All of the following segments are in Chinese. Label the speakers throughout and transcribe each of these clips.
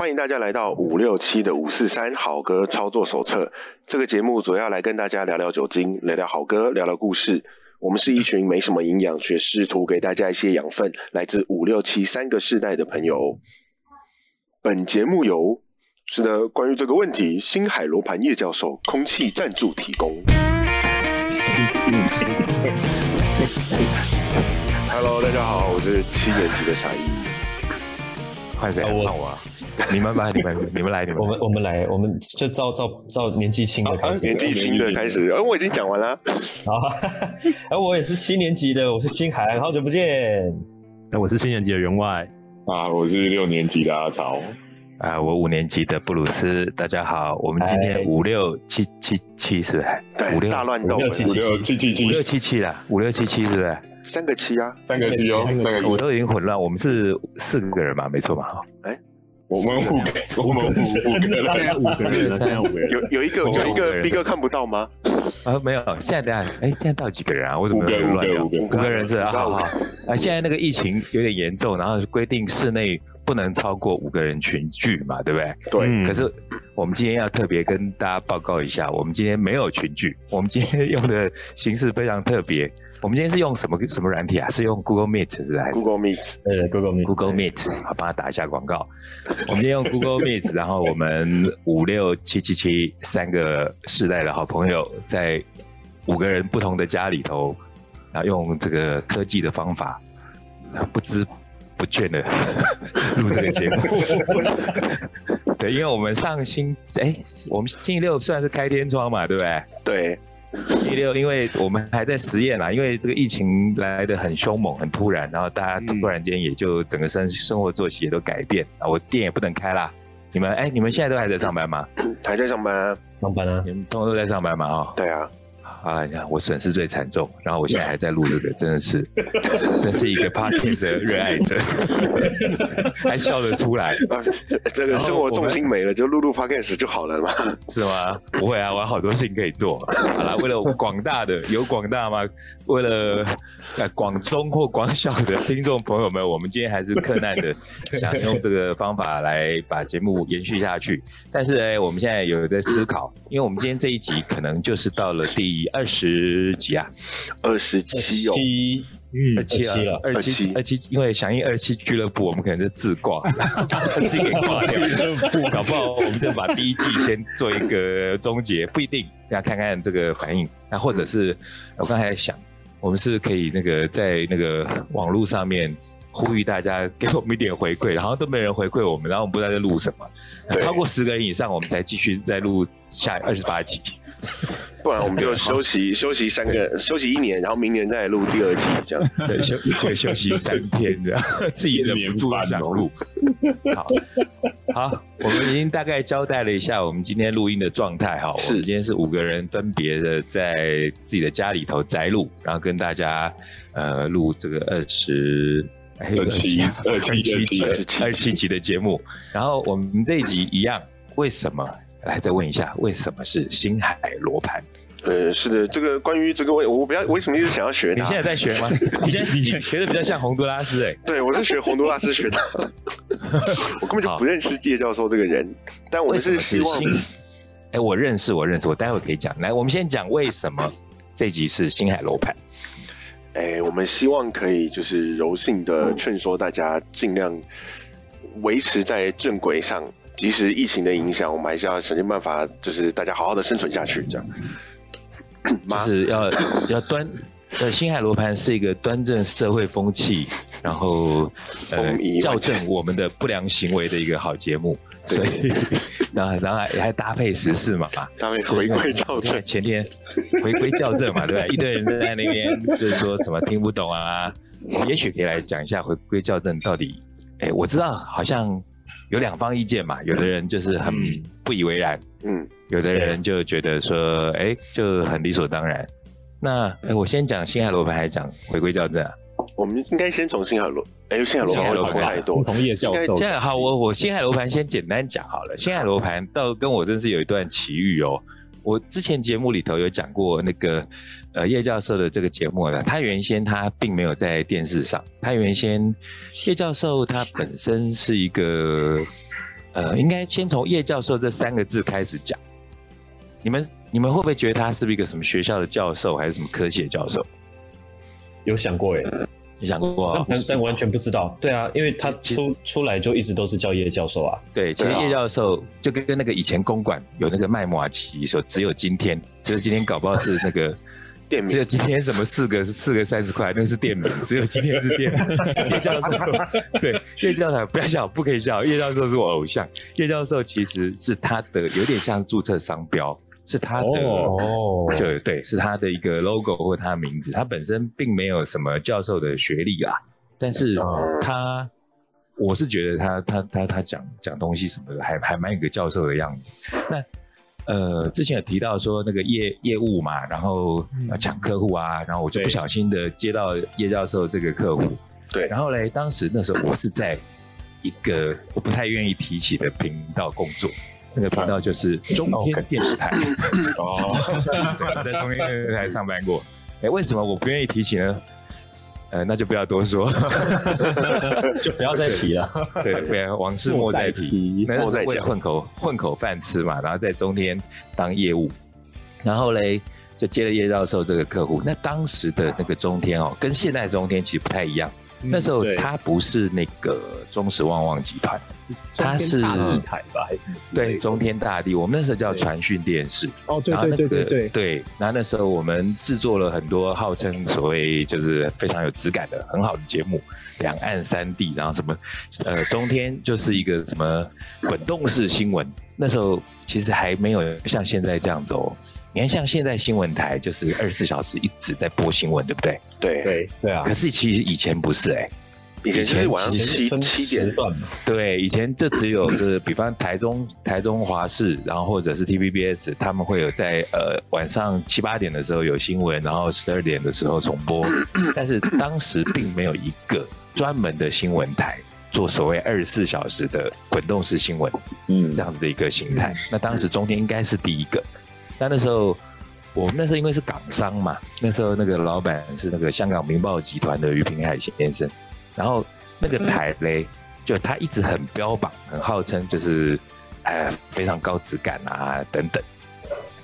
Speaker 1: 欢迎大家来到五六七的五四三好歌操作手册。这个节目主要来跟大家聊聊酒精，聊聊好歌，聊聊故事。我们是一群没什么营养，却试图给大家一些养分，来自五六七三个世代的朋友。本节目由是的，关于这个问题，星海罗盘叶教授空气赞助提 供。Hello，大家好，我是七年级的傻一。
Speaker 2: 快点，
Speaker 3: 啊
Speaker 2: 那
Speaker 3: 我
Speaker 2: 我啊，你们吧，你们你们来，你们
Speaker 3: 我们我们来，我们就照照照年纪轻的开始
Speaker 1: 年纪轻的开始，呃，我已经讲完了。
Speaker 3: 啊！ 哎，我也是七年级的，我是君涵，好久不见。
Speaker 2: 哎那我是新年级的员外，
Speaker 4: 啊，我是六年级的阿曹，
Speaker 2: 啊，我五年级的布鲁斯，大家好，我们今
Speaker 3: 哎
Speaker 2: 天五六七七七是不是？
Speaker 1: 对，
Speaker 2: 五六
Speaker 1: 大乱斗
Speaker 3: 五，六七
Speaker 4: 五六七七
Speaker 2: 五
Speaker 4: 七
Speaker 2: 六七七啦，五六七七是不是？
Speaker 1: 三个七啊，
Speaker 4: 三个七哦，三个七
Speaker 2: 我，都已经混乱，我们是四个人嘛，没错嘛，
Speaker 4: 我们五个，我们五五个
Speaker 2: 现在
Speaker 4: 人，
Speaker 2: 五个人了，现在五个人
Speaker 1: 有有一个
Speaker 2: 我
Speaker 1: 有一
Speaker 2: 我
Speaker 1: 个逼哥看不到吗？
Speaker 2: 啊，没有，现在等下，哎，现在到几个人啊？我怎
Speaker 4: 五
Speaker 2: 么
Speaker 4: 个五
Speaker 2: 乱
Speaker 4: 个
Speaker 2: 聊？
Speaker 4: 五个
Speaker 2: 五个人是吧
Speaker 1: 五个
Speaker 2: 好
Speaker 1: 五
Speaker 2: 好
Speaker 1: 个
Speaker 2: 啊，现在那个疫情有点严重，然后规定室内不能超过五个人群聚嘛，对不对？
Speaker 1: 对，
Speaker 3: 嗯
Speaker 2: 可是我们今天要特别跟大家报告一下，我们今天没有群聚，我们今天用的形式非常特别。我们今天是用什么什么软体啊？是用 Google Meet 是不是还是
Speaker 1: Google Meet，
Speaker 3: 呃，Google Meet，
Speaker 2: Google Meet？好，帮他打一下广告。我们今天用 Google Meet，然 后我们五六七七七三个世代的好朋友，在五个人不同的家里头，然后用这个科技的方法，然后不知不倦的 录这个节目。 对，因为我们上星哎，我们星期六虽然是开天窗嘛，对不对？
Speaker 1: 对，
Speaker 2: 星期六，因为我们还在实验啊啦，因为这个疫情来的很凶猛、很突然，然后大家突然间也就整个生生活作息也都改变啊，我店也不能开啦。你们哎，你们现在都还在上班吗？
Speaker 1: 还在上班啊？
Speaker 3: 上班啊，
Speaker 2: 你们通通都在上班吗？哦，
Speaker 1: 对啊，
Speaker 2: 啊，你看我损失最惨重，然后我现在还在录这个，真的是，真是一个 podcast 的热爱者， 还笑得出来
Speaker 1: 啊这这个
Speaker 2: 然后
Speaker 1: 生活
Speaker 2: 我们
Speaker 1: 重心没了，就录录 Podcast 就好 了嘛。
Speaker 2: 是吗？不会啊，我有好多事情可以做。好啦，为了广大的有广大吗？为了呃广中或广小的听众朋友们，我们今天还是克难的，想用这个方法来把节目延续下去。但是呢，我们现在有在思考，因为我们今天这一集可能就是到了第二十集啊，
Speaker 1: 二十七哦，
Speaker 3: 七，
Speaker 2: 二七啊
Speaker 3: 嗯二七啊了
Speaker 2: 二七二七，因为响应二七俱乐部，我们可能就自 挂，二七给挂掉，搞不好我们就把第一季先做一个终结，不一定，大家看看这个反应。那或者是呃我刚才想，我们是可以那个在那个网络上面呼吁大家给我们一点回馈，然后都没人回馈我们，然后我们不知道在录什么。
Speaker 1: 对
Speaker 2: 超过十个人以上，我们才继续再录下二十八集。
Speaker 1: 不然我们就休息休息三个休息一年，然后明年再录第二季这样。
Speaker 2: 对，休对休息三天这样， 自己忍不住想录。好，好，我们已经大概交代了一下我们今天录音的状态哈。
Speaker 1: 是
Speaker 2: 我们今天是五个人分别的在自己的家里头宅录，然后跟大家呃录这个二十。哎有
Speaker 4: 27
Speaker 2: 二
Speaker 4: 27
Speaker 2: 集
Speaker 1: 27
Speaker 2: 二七集的节目，然后我们这一集一样，为什么？来再问一下，为什么是星海罗盘？
Speaker 1: 呃，是的，这个关于这个我我不要，我为什么一直想要学
Speaker 2: 你
Speaker 1: 它
Speaker 2: 现？在在学 吗？你现在你学的比较像洪都拉斯哎、
Speaker 1: 对，我是学洪都拉斯 学的，我根本就不认识叶教授这个人，但我
Speaker 2: 为
Speaker 1: 们
Speaker 2: 什么
Speaker 1: 是希望
Speaker 2: 星？哎，我认识，我认识，我待会可以讲。来，我们先讲为什么这集是星海楼盘。
Speaker 1: 哎，我们希望可以就是柔性
Speaker 2: 嗯
Speaker 1: 的劝说大家，尽量维持在正轨上。即使疫情的影响，我们还是要想尽办法，就是大家好好的生存下去，这样。
Speaker 2: 就
Speaker 1: 妈，
Speaker 2: 是要要端，呃，星海罗盘是一个端正社会风气，然后呃
Speaker 1: 风靡
Speaker 2: 校正我们的不良行为的一个好节目，所以 然后然后还还搭配时事嘛，
Speaker 1: 他们回归校
Speaker 2: 对，
Speaker 1: 正，
Speaker 2: 前天回归校正嘛，对吧？一堆人在那边就是说什么听不懂啊，我们也许可以来讲一下回归校正到底。哎，我知道好像有两方意见嘛，有的人就是很不以为然，
Speaker 1: 嗯，
Speaker 2: 有的人就觉得说，哎，就很理所当然。那哎，我先讲星海罗盘，还是讲回归校正啊？
Speaker 1: 我们应该先从新海罗，哎，新海罗
Speaker 2: 新海
Speaker 1: 会
Speaker 2: 罗
Speaker 1: 跑太多，
Speaker 4: 从叶教授
Speaker 2: 现在好，我我星海罗盘先简单讲好了。星海罗盘到跟我真是有一段奇遇哦。我之前节目里头有讲过那个呃叶教授的这个节目呢，他原先他并没有在电视上，他原先叶教授他本身是一个呃，应该先从叶教授这三个字开始讲。你们你们会不会觉得他是不是一个什么学校的教授，还是什么科系的教授？
Speaker 3: 有想过哎，
Speaker 2: 你想过
Speaker 1: 哦
Speaker 2: 啊？
Speaker 3: 但但完全不知道。对啊，因为他
Speaker 2: 其实
Speaker 3: 出出来就一直都是叫叶教授啊。
Speaker 2: 对，其实
Speaker 1: 对啊
Speaker 2: 叶教授就跟跟那个以前公馆有那个麦马奇说，只有今天，只有今天搞不好是那个
Speaker 1: 店名
Speaker 2: 只有今天什么四个四个三十块，那个是店名，只有今天是店名。叶教授，对叶教授不要笑，不可以笑，叶教授是我偶像。叶教授其实是他的有点像注册商标，是
Speaker 4: 啊
Speaker 2: 他的。
Speaker 3: 哦
Speaker 2: 就对，是他的一个 logo 或他的名字，他本身并没有什么教授的学历啦，但是他，我是觉得他他他他讲讲东西什么的，还还蛮有个教授的样子。那呃，之前有提到说那个业业务嘛，然后
Speaker 5: 嗯
Speaker 2: 要抢客户啊，然后我就
Speaker 5: 对
Speaker 2: 不小心的接到叶教授这个客户，
Speaker 1: 对
Speaker 2: 然后嘞，当时那时候我是在一个我不太愿意提起的频道工作。那个频道就是中天
Speaker 3: OK
Speaker 2: 电视台，
Speaker 4: 哦，
Speaker 2: 对 在中央电视台上班过。哎、为什么我不愿意提起呢？呃，那就不要多 说，
Speaker 3: 就不要再提了。
Speaker 2: 对，不然往事莫再提
Speaker 5: 莫再提，
Speaker 2: 那
Speaker 1: 莫再
Speaker 2: 是为了
Speaker 1: 讲
Speaker 2: 混口混口饭吃嘛，然后在中天当业务，然后嘞就接了叶教授这个客户。那当时的那个中天哦，跟现在的中天其实不太一样，那时候
Speaker 5: 嗯对
Speaker 2: 它不是那个中石旺旺集团，它是
Speaker 5: 中天大地台吧，还是什么之类的？
Speaker 2: 对中天大地，我们那时候叫传讯电视。
Speaker 5: 哦，对
Speaker 2: 然后
Speaker 5: 对
Speaker 2: 那
Speaker 5: 对
Speaker 2: 个
Speaker 5: 对对，
Speaker 2: 然后那时候我们制作了很多号称所谓就是非常有质感的很好的节目，两岸三地，然后什么呃中天就是一个什么滚动式新闻，那时候其实还没有像现在这样子哦。你看像现在新闻台就是二十四小时一直在播新闻，对不对？
Speaker 1: 对，
Speaker 5: 对
Speaker 3: 对啊
Speaker 2: 可，是其实以前不是哎、
Speaker 1: 以前就是晚上
Speaker 3: 以前是
Speaker 1: 七
Speaker 3: 分
Speaker 1: 七
Speaker 3: 时
Speaker 1: 点，
Speaker 3: 段嘛。
Speaker 2: 对，以前就只有就是，比方台中 台中华视，然后或者是 TVBS，他们会有在呃晚上七八点的时候有新闻，然后十二点的时候重播，但是当时并没有一个专门的新闻台做所谓二十四小时的滚动式新闻。
Speaker 4: 嗯
Speaker 2: 这样子的一个形态。那当时中间应该是第一个。那那时候我们那时候因为是港商嘛，那时候那个老板是那个香港明报集团的余平海先生，然后那个
Speaker 4: 嗯
Speaker 2: 台嘞，就他一直很标榜，很号称就是呃非常高质感啊等等。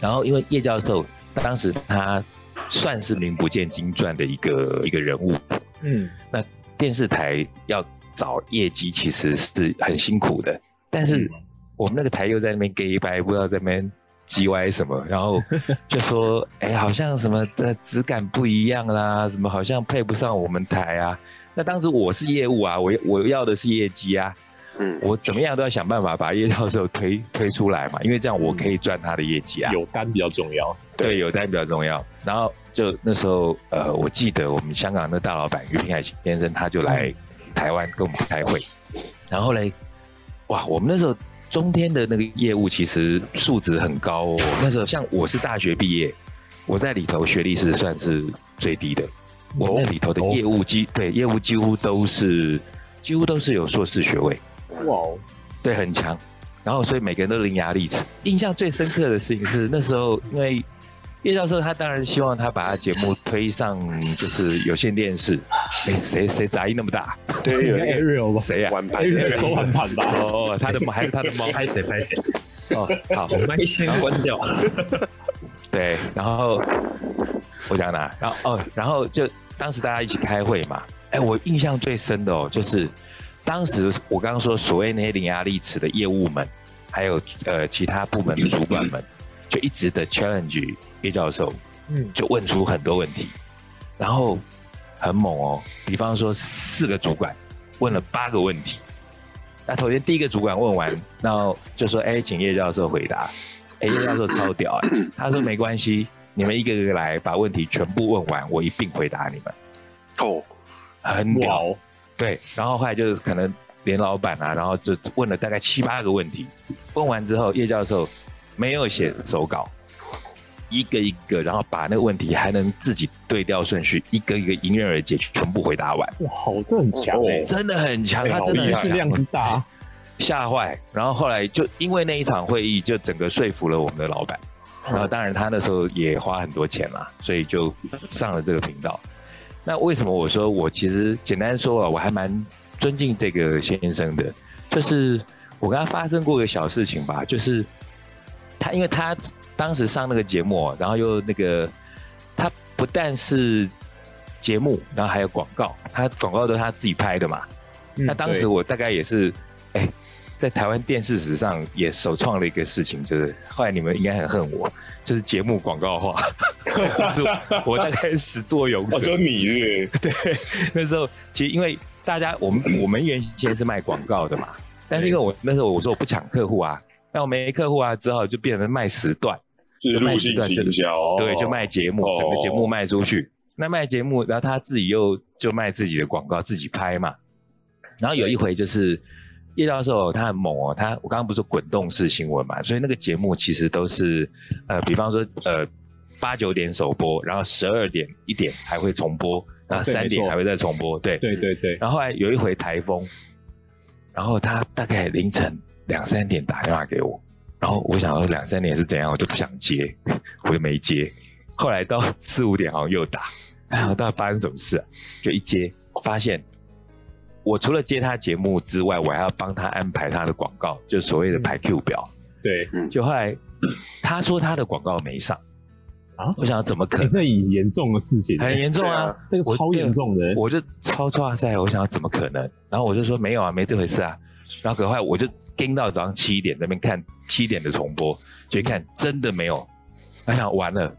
Speaker 2: 然后因为叶教授当时他算是名不见经传的一个一个人物，
Speaker 5: 嗯，
Speaker 2: 那电视台要找业绩其实是很辛苦的，但
Speaker 4: 嗯
Speaker 2: 是我们那个台又在那边 gay 掰，不知道在那边 G Y 什么，然后就说，哎、好像什么的质感不一样啦，什么好像配不上我们台啊。那当时我是业务啊，我我要的是业绩啊，
Speaker 1: 嗯，
Speaker 2: 我怎么样都要想办法把叶教授推 推出来嘛，因为这样我可以赚他的业绩啊。
Speaker 5: 有单比较重要。
Speaker 2: 对，有单比较重要。然后就那时候，呃，我记得我们香港的大老板于平海先生，他就来台湾跟我们开会。然后嘞，哇，我们那时候中天的那个业务其实素质很高哦。那时候像我是大学毕业，我在里头学历是算是最低的。我那里头的
Speaker 3: 哦
Speaker 2: 业务几对业务几乎都是几乎都是有硕士学位，
Speaker 5: 哇哦，
Speaker 2: 对，很强。然后所以每个人都伶牙俐齿。印象最深刻的事情是那时候，因为叶教授他当然希望他把他节目推上就是有线电视。哎，谁谁杂音那么大？
Speaker 1: 对，有
Speaker 5: 应
Speaker 1: 那
Speaker 5: 该
Speaker 1: 个
Speaker 5: Ariel 吧
Speaker 2: 谁呀、
Speaker 1: 碗盘
Speaker 5: ，Ariel 收
Speaker 1: 的，
Speaker 5: 完盘吧。
Speaker 2: 哦，他的猫还是他的猫？
Speaker 3: 拍谁拍谁，
Speaker 2: 哦，好，
Speaker 3: 麦先关掉。
Speaker 2: 对，然后我讲哪？然后哦，然后就当时大家一起开会嘛。哎，我印象最深的哦，就是当时我刚刚说所谓那些伶牙俐齿的业务们，还有呃其他部门的主管们，就一直的 challenge 叶教授，
Speaker 5: 嗯，
Speaker 2: 就问出很多问题，然后很猛哦。比方说，四个主管问了八个问题，那头先第一个主管问完，然后就说：“哎，请叶教授回答。”哎，叶教授超屌哎、他说：“没关系，你们一个个来，把问题全部问完，我一并回答你们。
Speaker 1: 哦，”
Speaker 2: 很
Speaker 5: 哇
Speaker 2: 屌，
Speaker 5: 哦，
Speaker 2: 对。然后后来就是可能连老板啊，然后就问了大概七八个问题，问完之后，叶教授没有写手稿，一个一个，然后把那个问题还能自己对调顺序，一个一个迎刃而解，全部回答完，
Speaker 5: 哇好，这很强哎，
Speaker 2: 真的很强，
Speaker 5: 哎
Speaker 2: 欸他
Speaker 5: 好
Speaker 2: 真的
Speaker 5: 厉
Speaker 2: 很
Speaker 5: 害，
Speaker 2: 强
Speaker 5: 量之大，
Speaker 2: 吓坏。然后后来就因为那一场会议，就整个说服了我们的老板。然后当然他那时候也花很多钱啦，所以就上了这个频道。那为什么我说我其实简单说啊，我还蛮尊敬这个先生的，就是我跟他发生过一个小事情吧，就是他，因为他当时上那个节目哦，然后又那个，他不但是节目，然后还有广告，他广告都是他自己拍的嘛。
Speaker 5: 嗯
Speaker 2: 那当时我大概也是，哎、在台湾电视史上也首创了一个事情，就是后来你们应该很恨我，就是节目广告化， 就是我我大概始作俑者。
Speaker 4: 哦，就你是不是
Speaker 2: 那时候其实因为大家我们我们原先是卖广告的嘛，但是因为我那时候我说我不抢客户啊，那我没客户啊，只好就变成卖时段，
Speaker 4: 是路径行
Speaker 5: 哦
Speaker 4: 销，哦
Speaker 2: 对，就卖节目，整个节目卖出去。那卖节目，然后他自己又就卖自己的广告，自己拍嘛。然后有一回就是叶教授他很猛哦，他我刚刚不是说滚动式新闻嘛，所以那个节目其实都是呃，比方说呃八九点首播，然后十二点一点还会重播，然后
Speaker 5: 对
Speaker 2: 三
Speaker 5: 没
Speaker 2: 点
Speaker 5: 错
Speaker 2: 还会再重播，对
Speaker 5: 对对对，
Speaker 2: 然后后来有一回台风，然后他大概凌晨两三点打电话给我，然后我想说两三点是怎样，我就不想接， 我就没接。后来到四五点好像又打，然后到底发生什么事、啊？就一接发现，我除了接他节目之外，我还要帮他安排他的广告，就所谓的排 Q 表。
Speaker 5: 对，
Speaker 2: 就后来他说他的广告没上
Speaker 5: 啊
Speaker 2: 我想怎么可
Speaker 5: 欸
Speaker 2: 能？
Speaker 5: 这很严重的事情，
Speaker 2: 很严重
Speaker 1: 对
Speaker 2: 啊
Speaker 1: 啊！
Speaker 5: 这个
Speaker 2: 我
Speaker 5: 超
Speaker 2: 对
Speaker 5: 严重的，
Speaker 2: 我就超哇塞，我想要怎么可能？然后我就说没有啊，没这回事啊。然后可快我就盯到早上七点在那边看七点的重播，就一看真的没有，我想完了。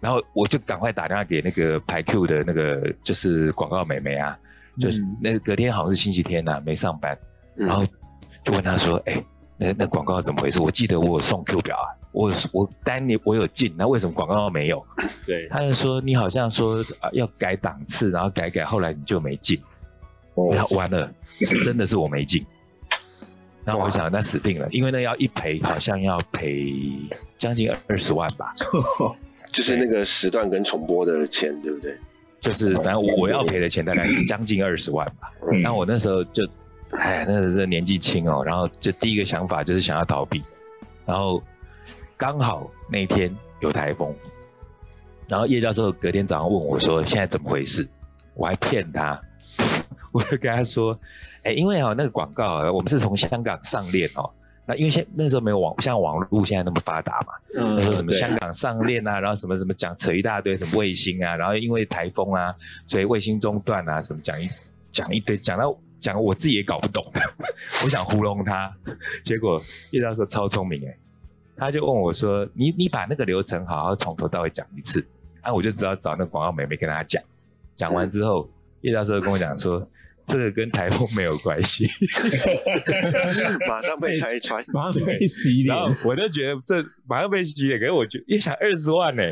Speaker 2: 然后我就赶快打电话给那个排 Q 的那个就是广告美眉啊，就是
Speaker 5: 嗯
Speaker 2: 那隔天好像是星期天呐、没上班，
Speaker 1: 嗯
Speaker 2: 然后就问他说：“哎、那那广告怎么回事？我记得我有送 Q 表啊，我有我单你我有进，那为什么广告没有？”
Speaker 5: 对，
Speaker 2: 他就说你好像说、啊、要改档次，然后改改，后来你就没进。
Speaker 4: 哦
Speaker 2: 然后完了，是真的是我没进。然后我想那死定了，因为那要一赔，好像要赔将近二十万吧，
Speaker 1: 就是那个时段跟重播的钱，对不 对？
Speaker 2: 就是反正我要赔的钱大概将近二十万吧。
Speaker 4: 嗯
Speaker 2: 那我那时候就，哎，那时候年纪轻哦，然后就第一个想法就是想要逃避，然后刚好那天有台风，然后叶教授隔天早上问我说现在怎么回事，我还骗他，我就跟他说，哎，因为哦那个广告啊，我们是从香港上链哦。那因为现那时候没有网，像网络现在那么发达嘛，那时候什么
Speaker 5: 对
Speaker 2: 香港上链啊，然后什么什么讲扯一大堆，什么卫星啊，然后因为台风啊，所以卫星中断啊，什么讲一讲一堆，讲到讲我自己也搞不懂 的，我想糊弄他，结果叶教授超聪明哎、他就问我说：“你你把那个流程好好从头到尾讲一次。”啊，我就只好找那广告美眉跟他讲。讲完之后，叶教授跟我讲说：“这个跟台风没有关系。”
Speaker 1: 马上被拆穿，
Speaker 5: 马上被洗脸
Speaker 2: 然，后我就觉得这马上被洗脸，可是我觉得也想二十万呢、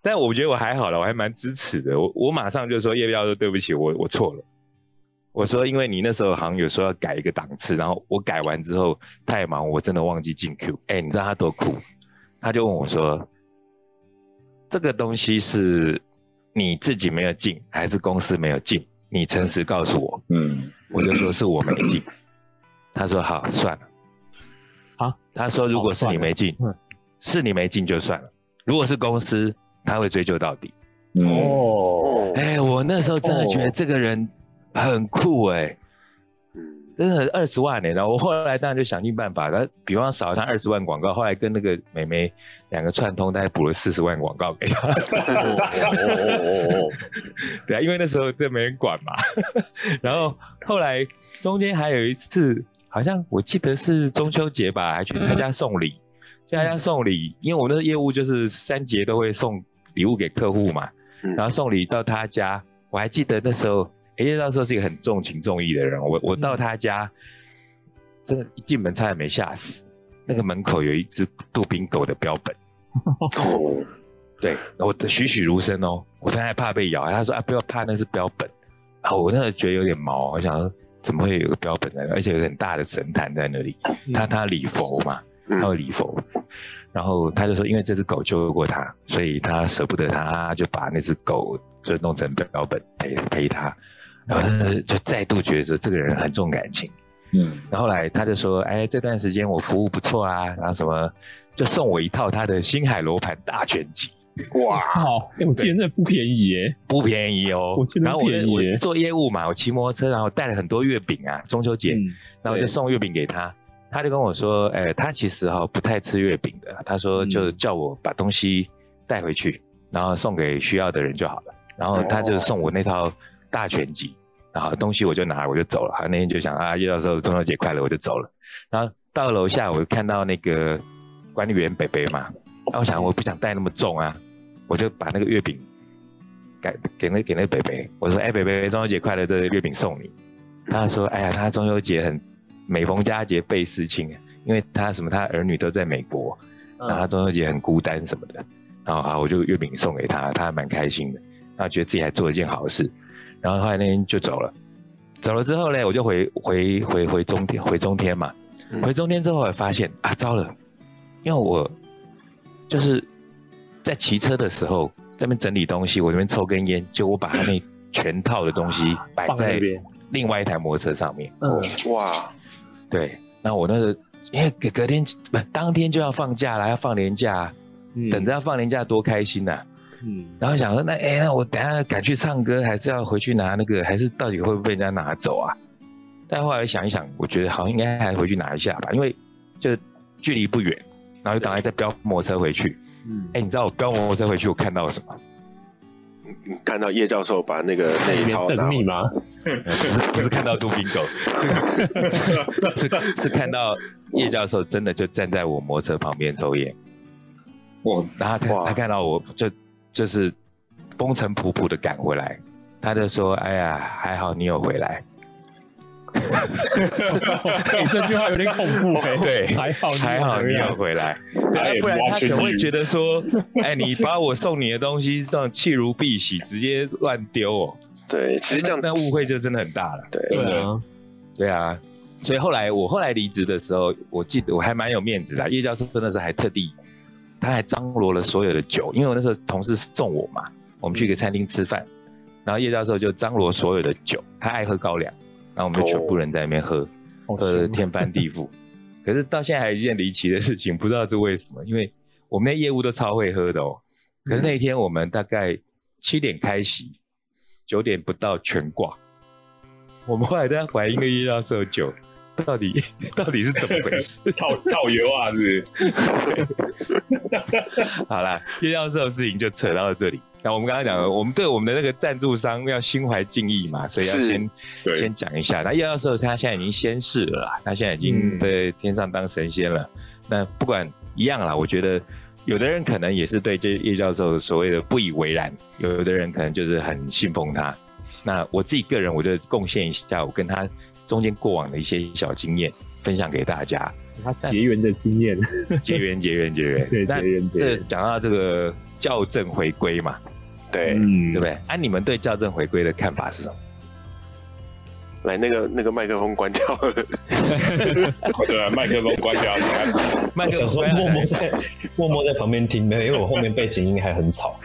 Speaker 2: 但我觉得我还好了，我还蛮支持的。我我马上就说叶彪说对不起，我我错了。我说因为你那时候好像有说要改一个档次，然后我改完之后太忙，我真的忘记进 Q。哎、你知道他多苦？他就问我说，这个东西是你自己没有进，还是公司没有进？你诚实告诉我。
Speaker 4: 嗯，
Speaker 2: 我就说是我没进。他说好，算了。
Speaker 5: 啊？
Speaker 2: 他说如果是你没进
Speaker 5: 好算了，嗯
Speaker 2: 是你没进就算了。如果是公司，他会追究到底。
Speaker 4: 嗯，
Speaker 5: 哦，
Speaker 1: 哦，
Speaker 2: 哎、我那时候真的觉得
Speaker 5: 哦
Speaker 2: 这个人很酷哎、
Speaker 1: 嗯，
Speaker 2: 真的二十万呢、然后我后来当然就想尽办法，他比方少了他二十万广告，后来跟那个美眉两个串通，大概补了四十万广告给他。
Speaker 4: 哦
Speaker 2: 对啊，因为那时候这没人管嘛。 然后后来中间还有一次，好像我记得是中秋节吧，还去他家送礼，去他家送礼，因为我们的业务就是三节都会送礼物给客户嘛，
Speaker 1: 嗯
Speaker 2: 然后送礼到他家，我还记得那时候，哎、那时候是一个很重情重义的人，我我到他家，真的，一进门差点没吓死。那个门口有一只杜宾狗的标本，
Speaker 1: 哦，
Speaker 2: 对，我的栩栩如生哦，我真害怕被咬。他说啊，不要怕，那是标本。然后我那时候觉得有点毛，我想说怎么会有个标本在那，而且有个很大的神坛在那里。他他礼佛嘛，
Speaker 1: 嗯
Speaker 2: 他有礼佛，然后他就说，因为这只狗救过他，所以他舍不得他，就把那只狗就弄成标本陪陪他。然后那时候就再度觉得说这个人很重感情。
Speaker 4: 嗯，
Speaker 2: 然后后来他就说，哎，这段时间我服务不错啊，然后什么就送我一套他的星海罗盘大全集。
Speaker 1: 哇，
Speaker 5: 好，哎，我记得那不便宜耶，
Speaker 2: 不便宜哦。
Speaker 5: 我记得
Speaker 2: 然后我
Speaker 5: 便宜耶
Speaker 2: 我做业务嘛，我骑摩托车，然后带了很多月饼啊，中秋节，
Speaker 5: 嗯
Speaker 2: 然后我就送月饼给他。他就跟我说，哎、他其实哈、不太吃月饼的，他说就
Speaker 5: 嗯
Speaker 2: 叫我把东西带回去，然后送给需要的人就好了。然后他就送我那套大全集，然后东西我就拿我就走了。他那天就想啊，到时候中秋节快乐，我就走了。然后到楼下我看到那个管理员北北嘛，那我想我不想带那么重啊，我就把那个月饼给给那给那北北，我说哎北北中秋节快乐，这个月饼送你。他说哎呀，他中秋节很每逢佳节倍思亲，啊因为他什么他儿女都在美国，
Speaker 5: 嗯
Speaker 2: 那他中秋节很孤单什么的。然后啊，我就月饼送给他，他还蛮开心的，他觉得自己还做了一件好事。然后后来那天就走了，走了之后呢，我就回回回回中天回中天嘛，
Speaker 1: 嗯
Speaker 2: 回中间之后，我发现啊，糟了，因为我就是在骑车的时候，在那边整理东西，我这边抽根烟，就我把他那全套的东西摆
Speaker 5: 放
Speaker 2: 在
Speaker 5: 那边嗯
Speaker 2: 另外一台摩托车上面。
Speaker 1: 哦哇，
Speaker 2: 对，那我那个因为隔隔天不当天就要放假了，要放年假啊，等着要放年假多开心呐、
Speaker 5: 嗯，
Speaker 2: 然后想说，那哎、那我等一下赶去唱歌，还是要回去拿那个，还是到底会不会被人家拿走啊？但后来想一想，我觉得好像应该还回去拿一下吧，因为就距离不远，然后就赶快再飙摩托车回去。嗯，哎、你知道我飙摩托车回去，我看到了什么？
Speaker 1: 你看到叶教授把那个那
Speaker 5: 在
Speaker 1: 一
Speaker 5: 那
Speaker 1: 套
Speaker 5: 边
Speaker 1: 拿
Speaker 5: 等
Speaker 1: 回
Speaker 5: 你吗？
Speaker 2: 呃 不是不是看到杜宾狗，是 是是看到叶教授真的就站在我摩托车旁边抽烟，
Speaker 4: 哇，
Speaker 2: 然后他
Speaker 1: 哇
Speaker 2: 看他看到我就就是风尘仆仆的赶回来，他就说：“哎呀，还好你有回来。”
Speaker 5: 哎，这句话有点恐 怖哎。
Speaker 2: 对
Speaker 5: 还好
Speaker 2: 还好你有回来，啊
Speaker 4: I am
Speaker 2: 不然他可能
Speaker 4: watching
Speaker 2: 会
Speaker 4: you
Speaker 2: 觉得说，哎，你把我送你的东西这样弃如敝屣，直接乱丢哦，
Speaker 1: 对，其实这样
Speaker 2: 那那误会就真的很大了。
Speaker 1: 对，
Speaker 5: 对啊，
Speaker 2: 对啊，所以后来我后来离职的时候，我记得我还蛮有面子的啊，叶教授真的是还特地，他还张罗了所有的酒，因为我那时候同事送我嘛，我们去一个餐厅吃饭，然后叶教授就张罗所有的酒，他爱喝高粱，然后我们就全部人在那边喝。
Speaker 5: 好
Speaker 2: 呃
Speaker 5: 凶啊
Speaker 2: 天翻地覆。可是到现在还有一件离奇的事情，不知道是为什么，因为我们那业务都超会喝的哦。可
Speaker 5: 嗯
Speaker 2: 是那一天我们大概七点开席，九点不到全挂。我们后来都在怀疑那个医药售酒到底 到底是怎么回事。
Speaker 4: 套套油啊，是不是？
Speaker 2: 好啦，医药售的事情就扯到这里。那我们刚刚讲了，我们对我们的那个赞助商要心怀敬意嘛，所以要
Speaker 1: 是
Speaker 2: 先
Speaker 4: 对
Speaker 2: 先讲一下。那叶教授他现在已经仙逝了啦，他现在已经
Speaker 5: 嗯
Speaker 2: 在天上当神仙了。那不管一样啦，我觉得有的人可能也是对这叶教授所谓的不以为然，有的人可能就是很信奉他。那我自己个人，我就贡献一下我跟他中间过往的一些小经验，分享给大家。
Speaker 5: 他结缘的经验，
Speaker 2: 结缘，结缘，结缘。
Speaker 5: 对
Speaker 2: 那
Speaker 5: 结缘结
Speaker 2: 这
Speaker 5: 缘
Speaker 2: 讲到这个校正回归嘛，
Speaker 1: 对，
Speaker 5: 嗯
Speaker 2: 对不对？啊，你们对校正回归的看法是什么？
Speaker 1: 来那个那个麦克风关掉了，
Speaker 4: 哦对啊，麦克风关掉，你看
Speaker 2: 麦克
Speaker 3: 我想说
Speaker 2: 风
Speaker 3: 默默在 默默在旁边听，没有，因为我后面背景音还 很吵。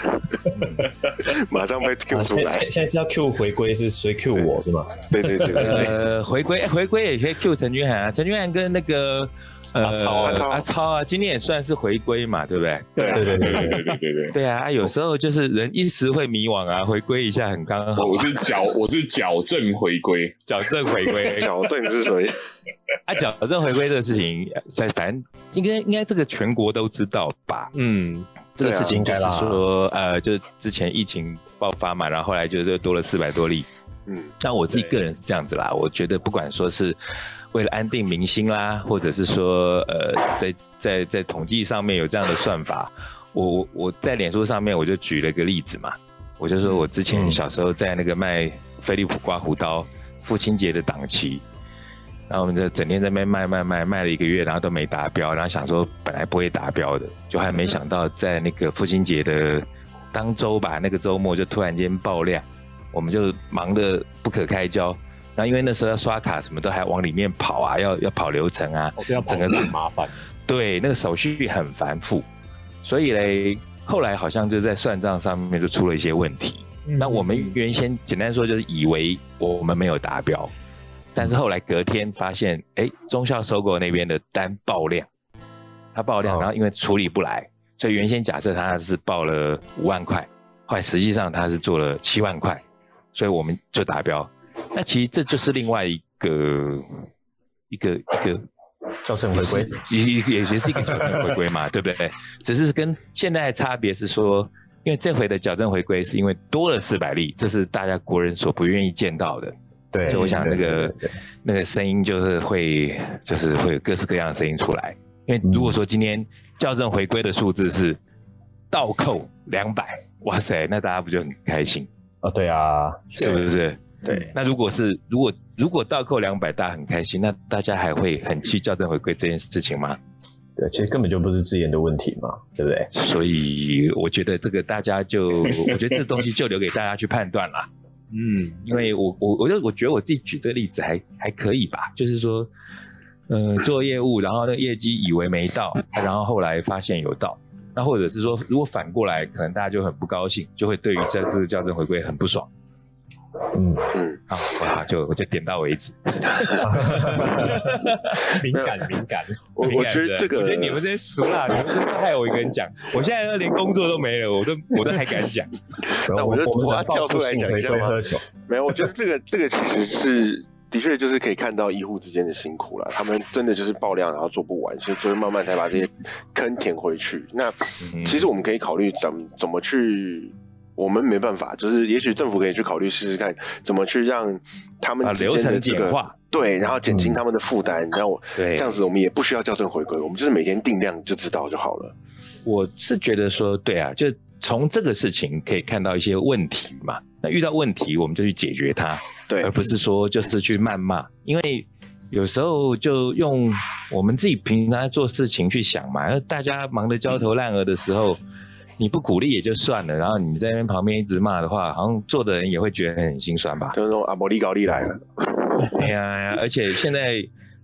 Speaker 1: 马上被 Q
Speaker 3: 啊
Speaker 1: 出
Speaker 3: 现在
Speaker 1: 来。
Speaker 3: 现在是要 Q 回归，是谁 Q 我是吗？
Speaker 1: 对对对对对，
Speaker 2: 呃，回归回归也可以 Q 陈君涵啊，陈君涵跟那个呃
Speaker 3: 阿超啊
Speaker 1: 阿超
Speaker 2: 阿超啊，今天也算是回归嘛，对不对？
Speaker 1: 对
Speaker 3: 对对对
Speaker 4: 对
Speaker 3: 对，
Speaker 4: 对对对对 对。
Speaker 2: 对啊，啊有时候就是人一时会迷惘啊，回归一下很刚 好，
Speaker 4: 我是矫，我是矫正回归。
Speaker 2: 矫正回归
Speaker 1: 矫正是谁？
Speaker 2: 啊，矫正回归这个事情，呃在反正应该应该这个全国都知道吧？
Speaker 5: 嗯，
Speaker 2: 这个事情就是
Speaker 5: 对啊
Speaker 2: 说，呃，就是之前疫情爆发嘛，然后后来就是多了四百多例，
Speaker 1: 嗯，
Speaker 2: 但我自己个人是这样子啦，我觉得不管说是为了安定民心啦，或者是说呃，在在在统计上面有这样的算法，我我我在脸书上面我就举了个例子嘛，我就说我之前小时候在那个卖飞利浦刮胡刀，父亲节的档期。然后我们就整天在那边卖卖卖卖了一个月，然后都没达标，然后想说本来不会达标的，就还没想到在那个父亲节的当周吧，那个周末就突然间爆量，我们就忙得不可开交。然后因为那时候要刷卡，什么都还往里面跑啊，要要跑流程啊，
Speaker 5: 哦这要
Speaker 2: 整个
Speaker 5: 很麻烦，
Speaker 2: 对，那个手续很繁复，所以嘞，后来好像就在算账上面就出了一些问题。
Speaker 5: 嗯
Speaker 2: 那我们原先简单说就是以为我们没有达标，但是后来隔天发现，哎，中校收购那边的单爆量，它爆量，
Speaker 3: 哦
Speaker 2: 然后因为处理不来，所以原先假设它是报了五万块，后来实际上它是做了七万块，所以我们就达标。那其实这就是另外一个一个一个
Speaker 3: 校正回归。
Speaker 2: 也也也是一个矫正回归嘛，对 不对？只是跟现在的差别是说，因为这回的矫正回归是因为多了四百例，这是大家国人所不愿意见到的，
Speaker 3: 对，
Speaker 2: 所以我想那个
Speaker 3: 对对
Speaker 2: 那个声音就是会就是会有各式各样的声音出来。因为如果说今天校正回归的数字是倒扣两百，哇塞，那大家不就很开心，
Speaker 3: 哦，对啊，
Speaker 2: 是不是？
Speaker 1: 对，
Speaker 2: 那如果是如果如果倒扣两百，大家很开心，那大家还会很气校正回归这件事情吗？
Speaker 3: 对，其实根本就不是字眼的问题嘛，对不对？
Speaker 2: 所以我觉得这个大家就，我觉得这东西就留给大家去判断啦。嗯，因为我我我就我觉得我自己举这个例子还还可以吧，就是说，嗯、做业务，然后那个业绩以为没到，啊然后后来发现有到，那或者是说，如果反过来，可能大家就很不高兴，就会对于这这个校正回归很不爽
Speaker 3: 嗯，
Speaker 1: 嗯，
Speaker 2: 啊，哇，就我就点到为止。
Speaker 5: 敏感敏感，
Speaker 1: 我
Speaker 2: 敏
Speaker 1: 我
Speaker 2: 感
Speaker 1: 觉得
Speaker 2: 的
Speaker 1: 这个，
Speaker 2: 我觉得你们这些俗辣，你们真的害我一个人讲，我现在都连工作都没了，我都我都还敢讲。
Speaker 1: 那我
Speaker 3: 们
Speaker 1: 就
Speaker 3: 我们
Speaker 1: 我要
Speaker 3: 能报
Speaker 1: 跳
Speaker 3: 复
Speaker 1: 出来
Speaker 3: 性
Speaker 1: 讲一
Speaker 3: 回
Speaker 1: 下
Speaker 3: 归
Speaker 1: 吗
Speaker 3: 喝酒，
Speaker 1: 没有，我觉得这个这个其实是的确就是可以看到医护之间的辛苦了，他们真的就是爆量，然后做不完，所以最后慢慢才把这些坑填回去。那
Speaker 2: 嗯
Speaker 1: 其实我们可以考虑怎么怎么去。我们没办法，就是也许政府可以去考虑试试看，怎么去让他
Speaker 2: 啊
Speaker 1: 们之
Speaker 2: 流
Speaker 1: 间的
Speaker 2: 程
Speaker 1: 这
Speaker 2: 简
Speaker 1: 个、
Speaker 2: 化，
Speaker 1: 对，然后减轻他们的负担，然后
Speaker 2: 对
Speaker 1: 这样子我们也不需要校正回归，我们就是每天定量就知道就好了。
Speaker 2: 我是觉得说，对啊，就从这个事情可以看到一些问题嘛。那遇到问题，我们就去解决它，
Speaker 1: 对
Speaker 2: 而，不是说就是去谩骂，因为有时候就用我们自己平常在做事情去想嘛。那大家忙得焦头烂额的时候，你不鼓励也就算了，然后你在那边旁边一直骂的话，好像做的人也会觉得很心酸吧。
Speaker 1: 就是说阿伯利高利来了，
Speaker 2: 哎呀，而且现在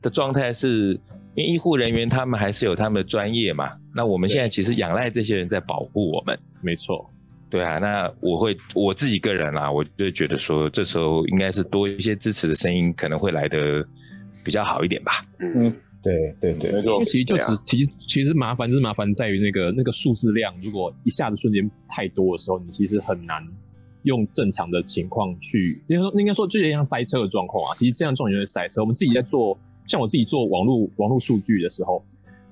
Speaker 2: 的状态是，因为医护人员他们还是有他们的专业嘛。那我们现在其实仰赖这些人在保护我们。
Speaker 5: 没错，
Speaker 2: 对啊，那我会我自己个人啦、我就觉得说，这时候应该是多一些支持的声音，可能会来的比较好一点吧。
Speaker 1: 嗯，
Speaker 3: 对对对，
Speaker 4: 没
Speaker 5: 因
Speaker 4: 错
Speaker 5: 为，其实就
Speaker 1: 对
Speaker 5: 只其实其实麻烦就是麻烦在于那个那个数字量，如果一下子瞬间太多的时候，你其实很难用正常的情况去，应该说应该说就有点像塞车的状况啊。其实这样状况就是塞车。我们自己在做，像我自己做网络网络数据的时候，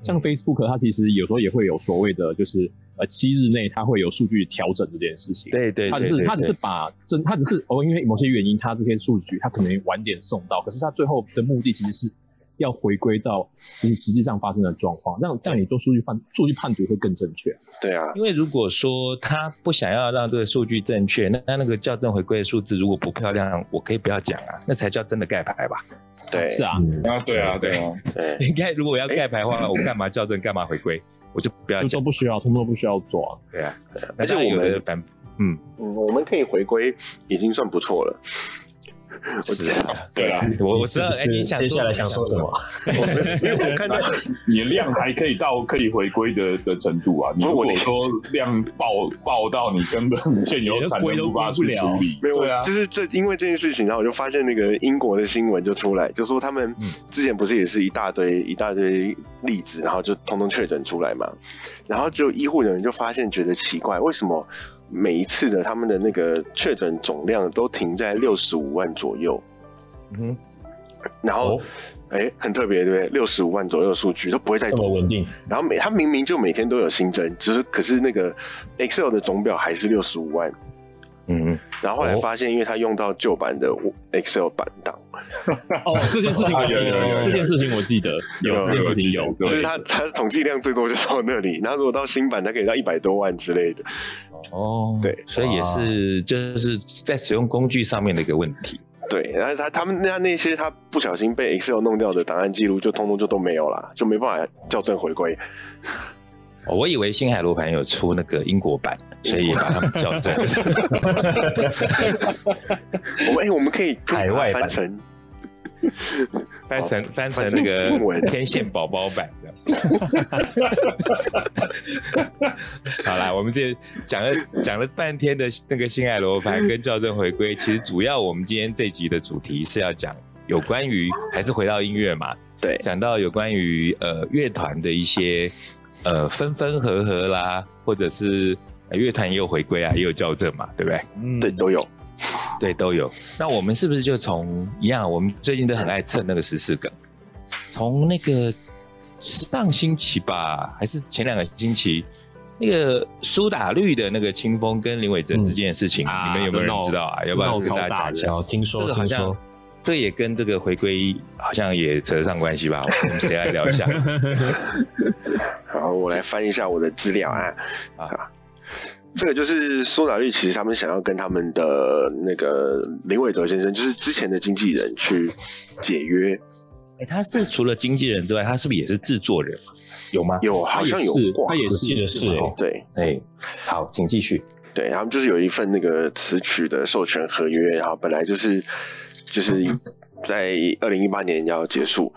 Speaker 5: 像 Facebook 它其实有时候也会有所谓的就是呃七日内它会有数据调整这件事情。啊
Speaker 2: 对对
Speaker 5: 他只是他只是把真他只是哦，因为某些原因，他这些数据他可能晚点送到，可是他最后的目的其实是要回归到就是实际上发生的状况，让这样你做数据判数据判读会更正确。
Speaker 1: 对啊，
Speaker 2: 因为如果说他不想要让这个数据正确，那那那个校正回归的数字如果不漂亮，我可以不要讲啊，那才叫真的盖牌吧。
Speaker 1: 对，
Speaker 5: 是啊，
Speaker 3: 嗯，
Speaker 4: 啊，对啊，对啊，
Speaker 1: 对，
Speaker 2: 应该如果我要盖牌的话，我干嘛校正，干嘛回归，我就不要
Speaker 5: 就
Speaker 2: 讲
Speaker 5: 都。不需要，通通都不需要做啊。
Speaker 2: 对啊，
Speaker 1: 而且
Speaker 2: 那当然
Speaker 1: 我们
Speaker 2: 有的反嗯，
Speaker 1: 嗯，我们可以回归，已经算不错了。
Speaker 2: 是啊，
Speaker 4: 对啊，
Speaker 2: 我我
Speaker 3: 你
Speaker 2: 知
Speaker 3: 是
Speaker 2: 道，
Speaker 3: 不
Speaker 2: 哎，你
Speaker 3: 是
Speaker 2: 想
Speaker 3: 接下来想说什么？？
Speaker 1: 因为我看到，
Speaker 4: 你的量还可以到可以回归的的程度啊。你
Speaker 1: 所以
Speaker 4: 如
Speaker 1: 我
Speaker 4: 果
Speaker 1: 的
Speaker 4: 说量爆爆到 你根本现有产能无法去处理，
Speaker 1: 没有，
Speaker 4: 对啊，
Speaker 1: 就是这因为这件事情，然后我就发现那个英国的新闻就出来，就说他们
Speaker 2: 嗯
Speaker 1: 之前不是也是一大堆一大堆例子，然后就通通确诊出来嘛，然后就医护人员就发现觉得奇怪，为什么每一次的他们的那个确诊总量都停在六十五万左右，
Speaker 2: 嗯，
Speaker 1: 然后
Speaker 3: 哦
Speaker 1: 哎、诶很特别对不对？六十五万左右的数据都不会再
Speaker 3: 这
Speaker 1: 多
Speaker 3: 么稳定，
Speaker 1: 然后每他明明就每天都有新增，只是可是那个 Excel 的总表还是六十五万，
Speaker 2: 嗯，
Speaker 1: 然后
Speaker 3: 哦
Speaker 1: 后来发现，因为他用到旧版的 Excel 版档，
Speaker 5: 哦，这件事情我
Speaker 4: 有有有有有
Speaker 5: 这件事情我记得有
Speaker 1: 有
Speaker 5: 这件事情
Speaker 4: 有
Speaker 5: 有，
Speaker 4: 对
Speaker 1: 就是他他统计量最多就到那里，然后如果到新版，他可以到一百多万之类的。
Speaker 2: 哦，
Speaker 1: 对，
Speaker 2: 所以也是就是在使用工具上面的一个问题。
Speaker 1: 对，然后他他们那那些他不小心被 Excel 弄掉的档案记录，就通通就都没有啦，就没办法校正回归。
Speaker 2: 哦我以为星海罗盘有出那个英国版，所以把它们校正。
Speaker 1: 我们哎、我们可以
Speaker 3: 海外版
Speaker 1: 翻成
Speaker 2: 翻成翻成那个
Speaker 1: 英文
Speaker 2: 天线宝宝版这样。 好啦，我们这讲了讲了半天的那个性爱罗盘跟校正回归，其实主要我们今天这集的主题是要讲有关于，还是回到音乐嘛，
Speaker 1: 对
Speaker 2: 讲到有关于呃乐团的一些呃分分合合啦，或者是呃乐团也有回归啊，也有校正嘛，对不对？
Speaker 5: 嗯，
Speaker 1: 对都有，
Speaker 2: 对，都有。那我们是不是就从一样？我们最近都很爱蹭那个时事梗，从那个上星期吧，还是前两个星期，那个苏打绿的那个清风跟林伟哲之间的事情，
Speaker 5: 嗯啊
Speaker 2: 你们有没有人
Speaker 5: 那
Speaker 2: 知道啊？
Speaker 5: 闹
Speaker 2: 要不要
Speaker 5: 闹
Speaker 2: 跟
Speaker 5: 超
Speaker 2: 大家
Speaker 5: 大
Speaker 2: 讲一
Speaker 5: 的
Speaker 2: 下？
Speaker 3: 然后听
Speaker 2: 这
Speaker 3: 说
Speaker 2: 个好
Speaker 3: 听
Speaker 2: 像
Speaker 3: 说，
Speaker 2: 这也跟这个回归好像也扯上关系吧？我们谁来聊 一下
Speaker 1: 然后我来翻一下我的资料
Speaker 5: 嗯
Speaker 1: 啊
Speaker 2: 啊
Speaker 1: 啊，这个就是苏打绿，其实他们想要跟他们的那个林伟哲先生，就是之前的经纪人去解约，
Speaker 2: 哎，他是除了经纪人之外，他是不是也是制作人？有吗？
Speaker 1: 有好像有
Speaker 5: 是，
Speaker 1: 挂
Speaker 5: 他，也
Speaker 3: 我记
Speaker 5: 是
Speaker 3: 得是
Speaker 5: 吗
Speaker 3: 欸
Speaker 5: 哦
Speaker 1: 对
Speaker 2: 哎，好，请继续。
Speaker 1: 对，他们就是有一份那个词曲的授权合约，然后本来就是就是在二零一八年要结束，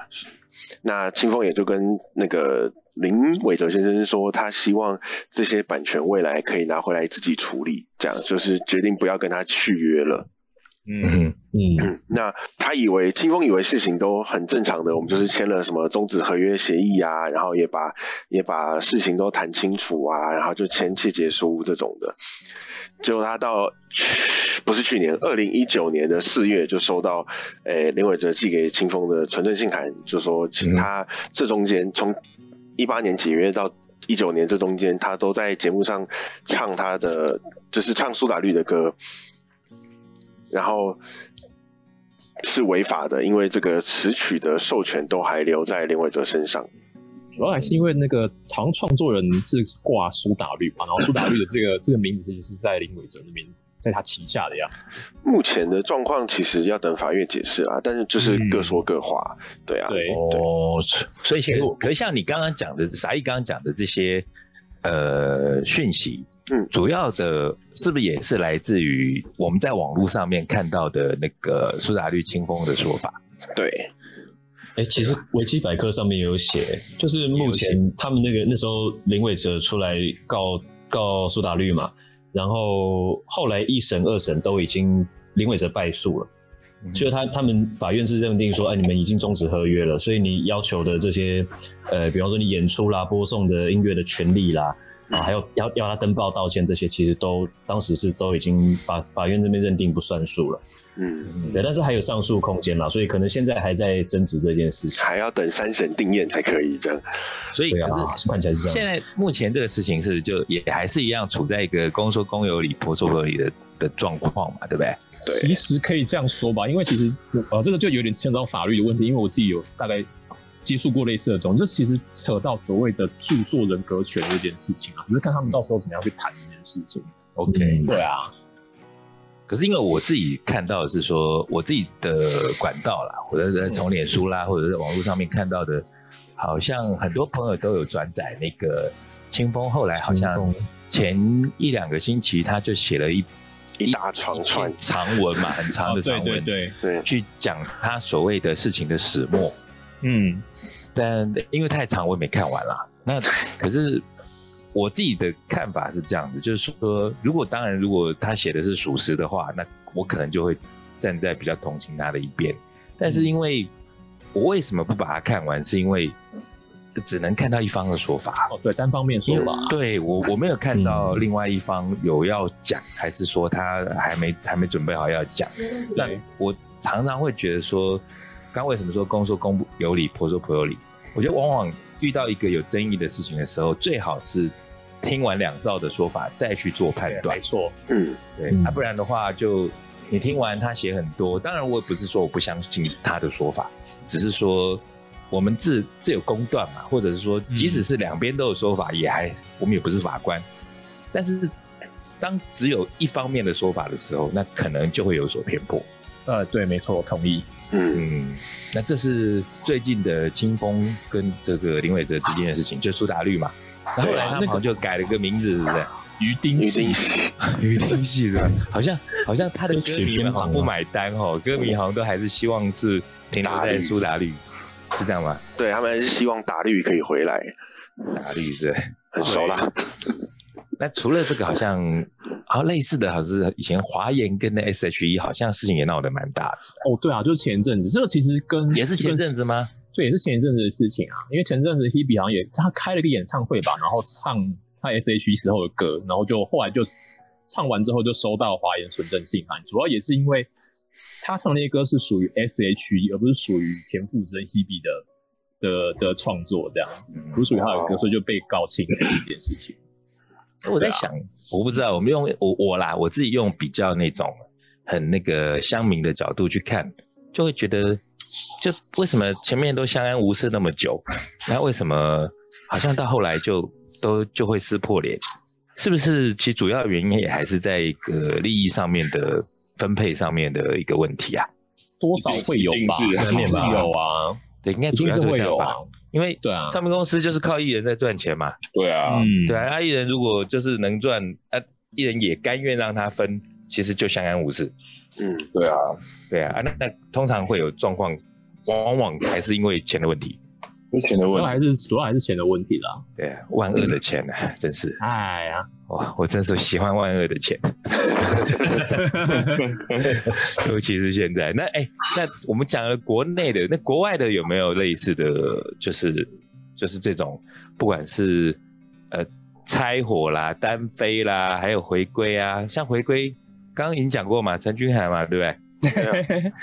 Speaker 1: 那清风也就跟那个林伟哲先生说，他希望这些版权未来可以拿回来自己处理，这样就是决定不要跟他续约了。
Speaker 2: 嗯，
Speaker 3: 嗯，
Speaker 1: 嗯， 那他以为清风以为事情都很正常的，我们就是签了什么终止合约协议啊，然后也把也把事情都谈清楚啊，然后就签切结书这种的。结果他到去不是去年，二零一九年的四月就收到，诶、林伟哲寄给清风的传真信函，就说其实他这中间从一八年解约到一九年这中间，他都在节目上唱他的就是唱苏打绿的歌，然后是违法的，因为这个词曲的授权都还留在林伟哲身上。
Speaker 5: 主要还是因为那个好像创作人是挂苏打绿嘛，然后苏打绿的这个这个名字就是在林伟哲那边，在他旗下的呀。
Speaker 1: 目前的状况其实要等法院解释啦，但是就是各说各话，对啊，
Speaker 5: 对，
Speaker 2: 哦，所以其实可是像你刚刚讲的，傻一刚刚讲的这些呃讯息，
Speaker 1: 嗯
Speaker 2: 主要的是不是也是来自于我们在网络上面看到的那个苏打绿清风的说法？
Speaker 1: 对，
Speaker 3: 哎，其实维基百科上面也有写，哎就是目前他们那个那时候林伟哲出来告告苏打绿嘛，然后后来一审、二审都已经林伟哲败诉了。就是他他们法院是认定说，哎，你们已经终止合约了，所以你要求的这些，呃，比方说你演出啦、播送的音乐的权利啦，啊，还有要要他登报道歉这些，其实都当时是都已经法法院这边认定不算数了。
Speaker 1: 嗯，
Speaker 3: 对，但是还有上诉空间啦，所以可能现在还在争执这件事情。
Speaker 1: 还要等三审定验才可以这样。
Speaker 2: 所以
Speaker 3: 对
Speaker 2: 可
Speaker 3: 啊
Speaker 2: 是、
Speaker 3: 看起来是这样
Speaker 2: 现在目前这个事情是不是就也还是一样处在一个公说公有理，婆说婆有理的的状况嘛，对不对？
Speaker 1: 对，
Speaker 5: 其实可以这样说吧，因为其实呃，这个就有点牵扯到法律的问题，因为我自己有大概接触过类似的东西，这其实扯到所谓的著作人格权这件事情啊，只是看他们到时候怎么样去谈这件事情。
Speaker 2: OK，
Speaker 3: 嗯
Speaker 5: 对啊，
Speaker 2: 可是因为我自己看到的是说，我自己的管道啦，我的从脸书啦，或者是网络上面看到的，好像很多朋友都有转载那个清风，后来好
Speaker 3: 清
Speaker 2: 像
Speaker 3: 风
Speaker 2: 前一两个星期他就写了一
Speaker 1: 一大长串
Speaker 2: 篇长文嘛，很长
Speaker 5: 哦
Speaker 2: 的
Speaker 5: 对
Speaker 2: 长文，
Speaker 5: 对对，
Speaker 1: 对，
Speaker 2: 去讲他所谓的事情的始末。
Speaker 5: 嗯，
Speaker 2: 但因为太长，我也没看完啦。那可是我自己的看法是这样子，就是说，如果当然，如果他写的是属实的话，那我可能就会站在比较同情他的一边。但是因为我为什么不把它看完，是因为只能看到一方的说法。
Speaker 5: 哦对，单方面说吧，
Speaker 2: 对我，我没有看到另外一方有要讲，还是说他还没还没准备好要讲。那
Speaker 5: 对
Speaker 2: 我常常会觉得说，刚为什么说公说公不有理，婆说婆有理？我觉得往往遇到一个有争议的事情的时候，最好是听完两造的说法再去做判断
Speaker 5: 没。错，
Speaker 1: 嗯，
Speaker 2: 对，
Speaker 3: 嗯
Speaker 2: 啊，不然的话就你听完他写很多，当然我也不是说我不相信他的说法，只是说我们自自有公断嘛，或者是说即使是两边都有说法，也还我们也不是法官，但是当只有一方面的说法的时候，那可能就会有所偏颇。
Speaker 5: 呃，对，没错，同意。
Speaker 1: 嗯，
Speaker 2: 嗯，那这是最近的清风跟这个林伟哲之间的事情，就苏打绿嘛。然后后来他们好像就改了个名字，是不是？
Speaker 5: 于丁
Speaker 1: 已
Speaker 5: 系
Speaker 1: 经，
Speaker 2: 于丁系是吧？好像好像他的歌
Speaker 3: 取
Speaker 2: 迷
Speaker 3: 偏
Speaker 2: 们好像
Speaker 3: 旁
Speaker 2: 不
Speaker 3: 啊
Speaker 2: 买单哦，歌迷好像都还是希望是停留
Speaker 1: 打
Speaker 2: 在
Speaker 1: 绿
Speaker 2: 苏打绿，是这样吗？
Speaker 1: 对他们还是希望打绿可以回来，
Speaker 2: 打绿是不是。
Speaker 1: 很熟啦。
Speaker 2: 那除了这个，好像啊类似的，好像是以前华研跟那 S.H.E 好像事情也闹得蛮大的，
Speaker 5: 哦，对啊，就是前阵子，这个其实跟
Speaker 2: 也是前阵
Speaker 5: 子。
Speaker 2: 子吗？
Speaker 5: 这也是前一阵子的事情啊，因为前阵子 Hebe 好像也他开了个演唱会吧，然后唱他 S.H.E E 时候的歌，然后就后来就唱完之后就收到华研纯正信函，主要也是因 E，为他唱的那些歌是属于 S.H.E，而不是属于田馥甄 Hebe 的的的创作，这样不属于他的歌，所以就被告侵权这件事情。
Speaker 2: 我
Speaker 5: 啊
Speaker 2: 在想，我不知道，我们用我我啦，我自己用比较那种很那个乡民的角度去看，就会觉得，就为什么前面都相安无事那么久，然后为什么好像到后来就都就会撕破脸？是不是？其实主要原因也还是在一个利益上面的分配上面的一个问题啊。
Speaker 5: 多少会有吧，
Speaker 4: 一定是
Speaker 5: 难免吧
Speaker 4: 一定是有
Speaker 5: 啊，
Speaker 2: 对，应该
Speaker 5: 一
Speaker 2: 主
Speaker 5: 定
Speaker 2: 要
Speaker 5: 是
Speaker 2: 就是
Speaker 5: 会
Speaker 2: 这样
Speaker 5: 有
Speaker 2: 吧。
Speaker 5: 啊。
Speaker 2: 因为
Speaker 5: 对啊
Speaker 2: 唱片公司就是靠艺人在赚钱嘛，
Speaker 4: 对啊，
Speaker 5: 嗯，
Speaker 2: 对啊，那艺人如果就是能赚，啊，艺人也甘愿让他分，其实就相安无事。
Speaker 1: 嗯，
Speaker 4: 对啊，
Speaker 2: 对啊，啊那那通常会有状况，往往还是因为钱的问题。
Speaker 4: 有钱的
Speaker 5: 主
Speaker 4: 问
Speaker 5: 要
Speaker 4: 题，
Speaker 5: 还是主要还是钱的问题啦。
Speaker 2: 对啊，万恶的钱啊，真是
Speaker 5: 哎呀，
Speaker 2: 哇！我真是喜欢万恶的钱，尤其是现在。那哎、那我们讲了国内的，那国外的有没有类似的，就是就是这种，不管是呃拆伙啦、单飞啦，还有回归啊，像回归，刚刚已经讲过嘛，陈君涵嘛，对不对？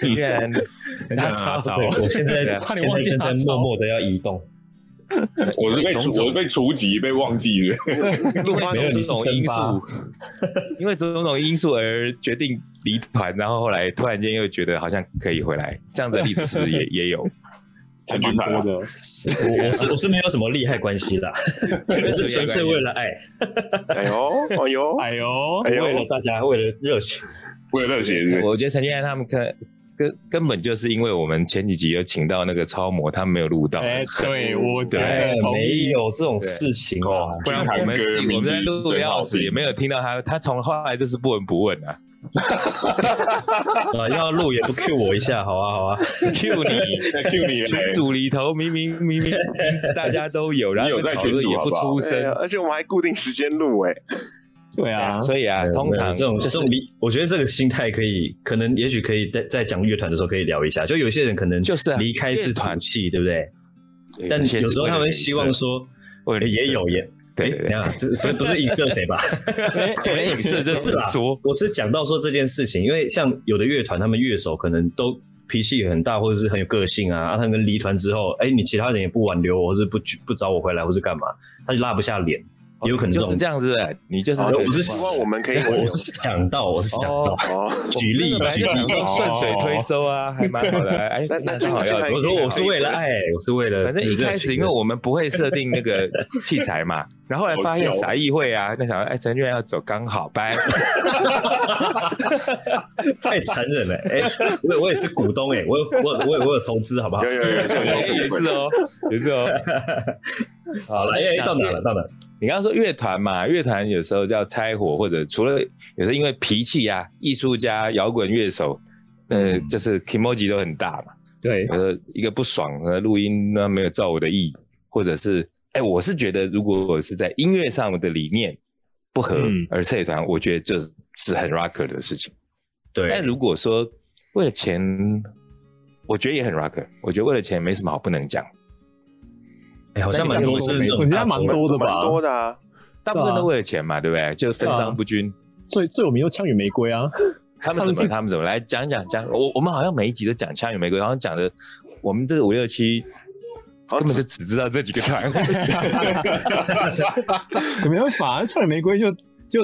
Speaker 2: 居然 他操，
Speaker 3: 对我现在
Speaker 2: 对啊
Speaker 5: 差
Speaker 3: 现
Speaker 5: 点忘
Speaker 3: 在
Speaker 5: 记
Speaker 3: 正
Speaker 5: 他
Speaker 3: 在
Speaker 5: 操
Speaker 3: 默默的要移动，
Speaker 4: 我是被除，
Speaker 2: 种种
Speaker 4: 我是被除籍，被忘记了。
Speaker 2: 因为
Speaker 3: 没
Speaker 2: 种
Speaker 3: 有你是
Speaker 2: 种因
Speaker 3: 蒸发
Speaker 2: 素，因为种种因素而决定离团，然后后来突然间又觉得好像可以回来，这样子的例子是不 是也也有？
Speaker 4: 陈俊凯啊
Speaker 5: 多，的，
Speaker 3: 我我是我是没有什么利害关系 啦，我是纯粹为了爱，
Speaker 1: 哎呦，哎呦，
Speaker 5: 哎呦，
Speaker 2: 啊
Speaker 1: 哎
Speaker 3: 为
Speaker 1: 呦
Speaker 3: 了，大家，为了热情。
Speaker 4: 为了热血是不是
Speaker 2: 我觉得陈俊安他们根根根本就是因为我们前几集有请到那个超模，他们没有录到，
Speaker 5: 哎， 对，我
Speaker 2: 啊
Speaker 5: 觉
Speaker 3: 哎
Speaker 5: 得，同
Speaker 3: 没
Speaker 5: 意。
Speaker 3: 有这种事情哦。
Speaker 2: 不然我们
Speaker 4: 俊凯哥
Speaker 2: 自己我们在录
Speaker 4: 名字
Speaker 2: 的
Speaker 4: 真好
Speaker 2: 要死，
Speaker 4: 听
Speaker 2: 也没有听到他，他从后来就是不闻不问啊
Speaker 3: 啊，要录也不 Q 我一下，好啊，好啊。
Speaker 2: ，Q 你。
Speaker 4: 在 Q 你
Speaker 2: 群
Speaker 4: 嘞，
Speaker 2: 组里头明明明明名字大家都有，然后
Speaker 4: 你有在
Speaker 2: 讨论
Speaker 4: 群组
Speaker 2: 也
Speaker 4: 好
Speaker 2: 不
Speaker 4: 不好
Speaker 2: 出
Speaker 1: 哎呀
Speaker 2: 声，
Speaker 1: 而且我们还固定时间录，哎，
Speaker 5: 对啊，
Speaker 2: 所以啊，通常
Speaker 3: 这种这种理，我觉得这个心态可以，可能也许可以在在讲乐团的时候可以聊一下。就有些人可能
Speaker 2: 就是啊
Speaker 3: 离开是团气，对不对？
Speaker 2: 对
Speaker 3: 但
Speaker 2: 些是
Speaker 3: 有时候
Speaker 2: 为了
Speaker 3: 他们
Speaker 2: 脸
Speaker 3: 希
Speaker 2: 色
Speaker 3: 望说，
Speaker 2: 为了
Speaker 3: 哎也有
Speaker 2: 脸
Speaker 3: 也
Speaker 2: 对
Speaker 3: 哎
Speaker 2: 对对
Speaker 3: 等一下，这不是不是影射谁吧？
Speaker 2: 色，哎哎，你是这
Speaker 3: 是
Speaker 2: 是
Speaker 3: 啦
Speaker 2: 说
Speaker 3: 我是讲到说这件事情，因为像有的乐团，他们乐手可能都脾气很大，或者是很有个性啊。啊他们离团之后，哎、你其他人也不挽留我，或是不不找我回来，或是干嘛，他就拉不下脸，也有可能这
Speaker 2: 哦就
Speaker 3: 种。
Speaker 2: 是这样子的，你就是
Speaker 1: 好
Speaker 2: 这
Speaker 1: 的
Speaker 2: 个
Speaker 3: 我是
Speaker 2: 情
Speaker 1: 希
Speaker 2: 况
Speaker 1: 望我们可以
Speaker 3: 我是想到，我是想到
Speaker 2: 哦，
Speaker 1: 哦，
Speaker 3: 举例
Speaker 2: 那本来
Speaker 3: 举
Speaker 2: 就
Speaker 3: 例哦
Speaker 2: 想。说顺水推舟啊，还蛮好的，哎
Speaker 1: 那，那
Speaker 2: 正好
Speaker 1: 就
Speaker 2: 要
Speaker 1: 看。
Speaker 3: 我说我是为了爱，我是为了
Speaker 2: 反正一开始，因为
Speaker 3: 热情
Speaker 2: 我们不会设定那个器材嘛，然后后来发现
Speaker 4: 好笑哦
Speaker 2: 啥议会啊，那想说哎，陈俊要走刚好 拜，
Speaker 3: 太残忍了。哎、我我也是股东哎、我有我有我有我有投资好不好
Speaker 1: 有？有有，有
Speaker 2: 哎也是哦，也是 哦。
Speaker 3: 好了，哎、到哪了？到哪了？
Speaker 2: 你刚刚说乐团嘛，乐团有时候叫拆伙，或者除了有时候因为脾气啊，艺术家、摇滚乐手，呃，
Speaker 3: 嗯
Speaker 2: 就是 k i m o j i 都很大嘛。
Speaker 5: 对
Speaker 2: 有时候一个不爽，呃，录音呢没有照我的意，或者是，哎，我是觉得如果我是在音乐上的理念不合
Speaker 5: 嗯
Speaker 2: 而退团，我觉得这是很 rocker 的事情。但
Speaker 3: 对，
Speaker 2: 如果说为了钱，我觉得也很 rocker。我觉得为了钱没什么好不能讲，
Speaker 3: 哎、好像蛮多是那
Speaker 5: 没
Speaker 3: 种
Speaker 5: 错，现在蛮多的
Speaker 1: 蛮
Speaker 5: 吧？
Speaker 1: 多的啊，
Speaker 2: 大部分都为了钱嘛，对不对？就分
Speaker 5: 对啊
Speaker 2: 赃不均。
Speaker 5: 最最有名就《枪与玫瑰》啊，
Speaker 2: 他
Speaker 5: 他
Speaker 2: 们
Speaker 5: 们
Speaker 2: 怎么？
Speaker 5: 是
Speaker 2: 他们怎么来讲讲讲？我我们好像每一集都讲枪与玫瑰，好像讲的我们这个五六七
Speaker 1: 好
Speaker 2: 根本就只知道这几个团。
Speaker 5: 没办法，《枪与玫瑰》就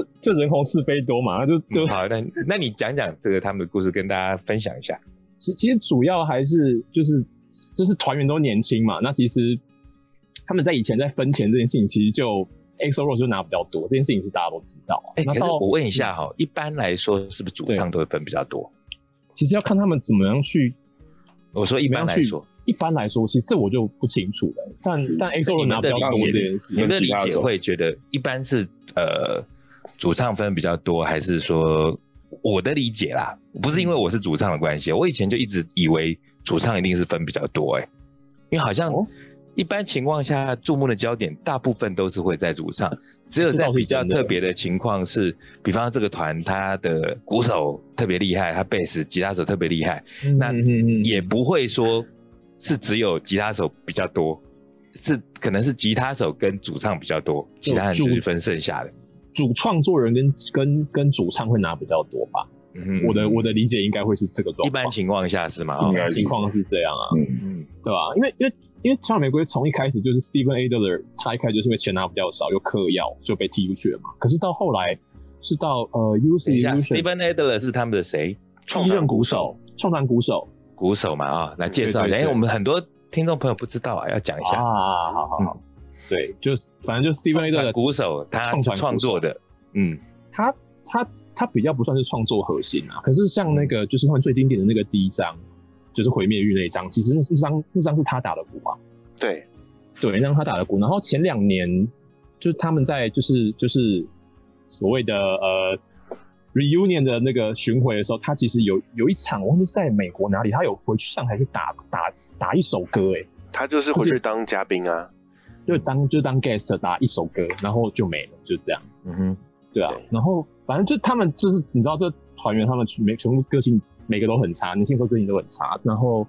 Speaker 5: 就就人红是非多嘛， 就就
Speaker 2: 好，那那你讲讲这个他们的故事，跟大家分享一下。
Speaker 5: 其其实主要还是就是就是团员都年轻嘛，那其实他们在以前在分钱这件事情，其实就 EXO ROSE 就拿比较多，这件事情是大家都知道啊。
Speaker 2: 哎、
Speaker 5: 那
Speaker 2: 可是
Speaker 5: 到
Speaker 2: 我问一下哈、一般来说是不是主唱都会分比较多？
Speaker 5: 其实要看他们怎么样去，
Speaker 2: 我说一般来说，
Speaker 5: 一般来说，其实我就不清楚了、但但 EXO
Speaker 2: 你们
Speaker 5: ROSE 拿比
Speaker 2: 的
Speaker 5: 较多
Speaker 2: 理
Speaker 5: 这
Speaker 2: 解
Speaker 5: 件，事
Speaker 2: 你们
Speaker 5: 情，
Speaker 2: 的理解会觉得一般是呃主唱分比较多，还是说我的理解啦？不是因为我是主唱的关系，我以前就一直以为主唱一定是分比较多、哎，因为好像
Speaker 5: 哦
Speaker 2: 一般情况下注目的焦点大部分都是会在主唱，只有
Speaker 5: 这
Speaker 2: 在
Speaker 5: 倒是
Speaker 2: 比较
Speaker 5: 真的
Speaker 2: 特别的情况是，比方说这个团他的鼓手特别厉害，他贝斯、吉他手特别厉害，那
Speaker 5: 嗯嗯嗯
Speaker 2: 也不会说是只有吉他手比较多，是可能是吉他手跟主唱比较多，其他人就是分剩下的。
Speaker 5: 主创作人跟跟跟主唱会拿比较多吧。
Speaker 2: 嗯
Speaker 5: 我的我的理解应该会是这个状
Speaker 2: 一
Speaker 5: 况，
Speaker 2: 般情况下是吗？
Speaker 5: 一
Speaker 2: 哦
Speaker 5: 般情况是这样啊，
Speaker 4: 嗯
Speaker 2: 嗯，
Speaker 5: 对吧、因为因为因为《超人玫瑰》从一开始就是 Steven Adler，他一开始就是因为钱拿比较少，又嗑药就被踢出去了嘛。可是到后来是到呃 U
Speaker 2: 等
Speaker 5: C
Speaker 2: 一下
Speaker 5: U
Speaker 2: ，Steven Adler 是他们的谁？
Speaker 1: 创
Speaker 5: 一
Speaker 1: 党
Speaker 5: 任鼓手，创弹鼓手
Speaker 2: 鼓手嘛啊、来介绍一下，
Speaker 5: 对对对
Speaker 2: 因为我们很多听众朋友不知道啊，要讲一下。嗯
Speaker 5: 啊，好好好，对，就是反正就是 Steven
Speaker 2: 创团
Speaker 5: Adler
Speaker 2: 鼓手他
Speaker 5: 创
Speaker 2: 是
Speaker 5: 团鼓
Speaker 2: 创作
Speaker 5: 手
Speaker 2: 的，嗯，
Speaker 5: 他他他比较不算是创作核心啊，可是像那个就是他们最经典的那个第一章，就是毁灭欲那一章，其实那是那张那张是他打的鼓啊，
Speaker 1: 对，
Speaker 5: 对，那张他打的鼓。然后前两年就是他们在就是就是所谓的呃 reunion 的那个巡回的时候，他其实有有一场我忘记是在美国哪里，他有回去上台去打打打一首歌、欸，
Speaker 1: 他就是回去当嘉宾啊。
Speaker 5: 就当就当 guest 打一首歌，然后就没了，就这样。
Speaker 2: 嗯哼，
Speaker 5: 对啊
Speaker 1: 对，
Speaker 5: 然后反正就他们就是你知道，这团员他们全每全部个性每个都很差，年轻时候个性都很差。然后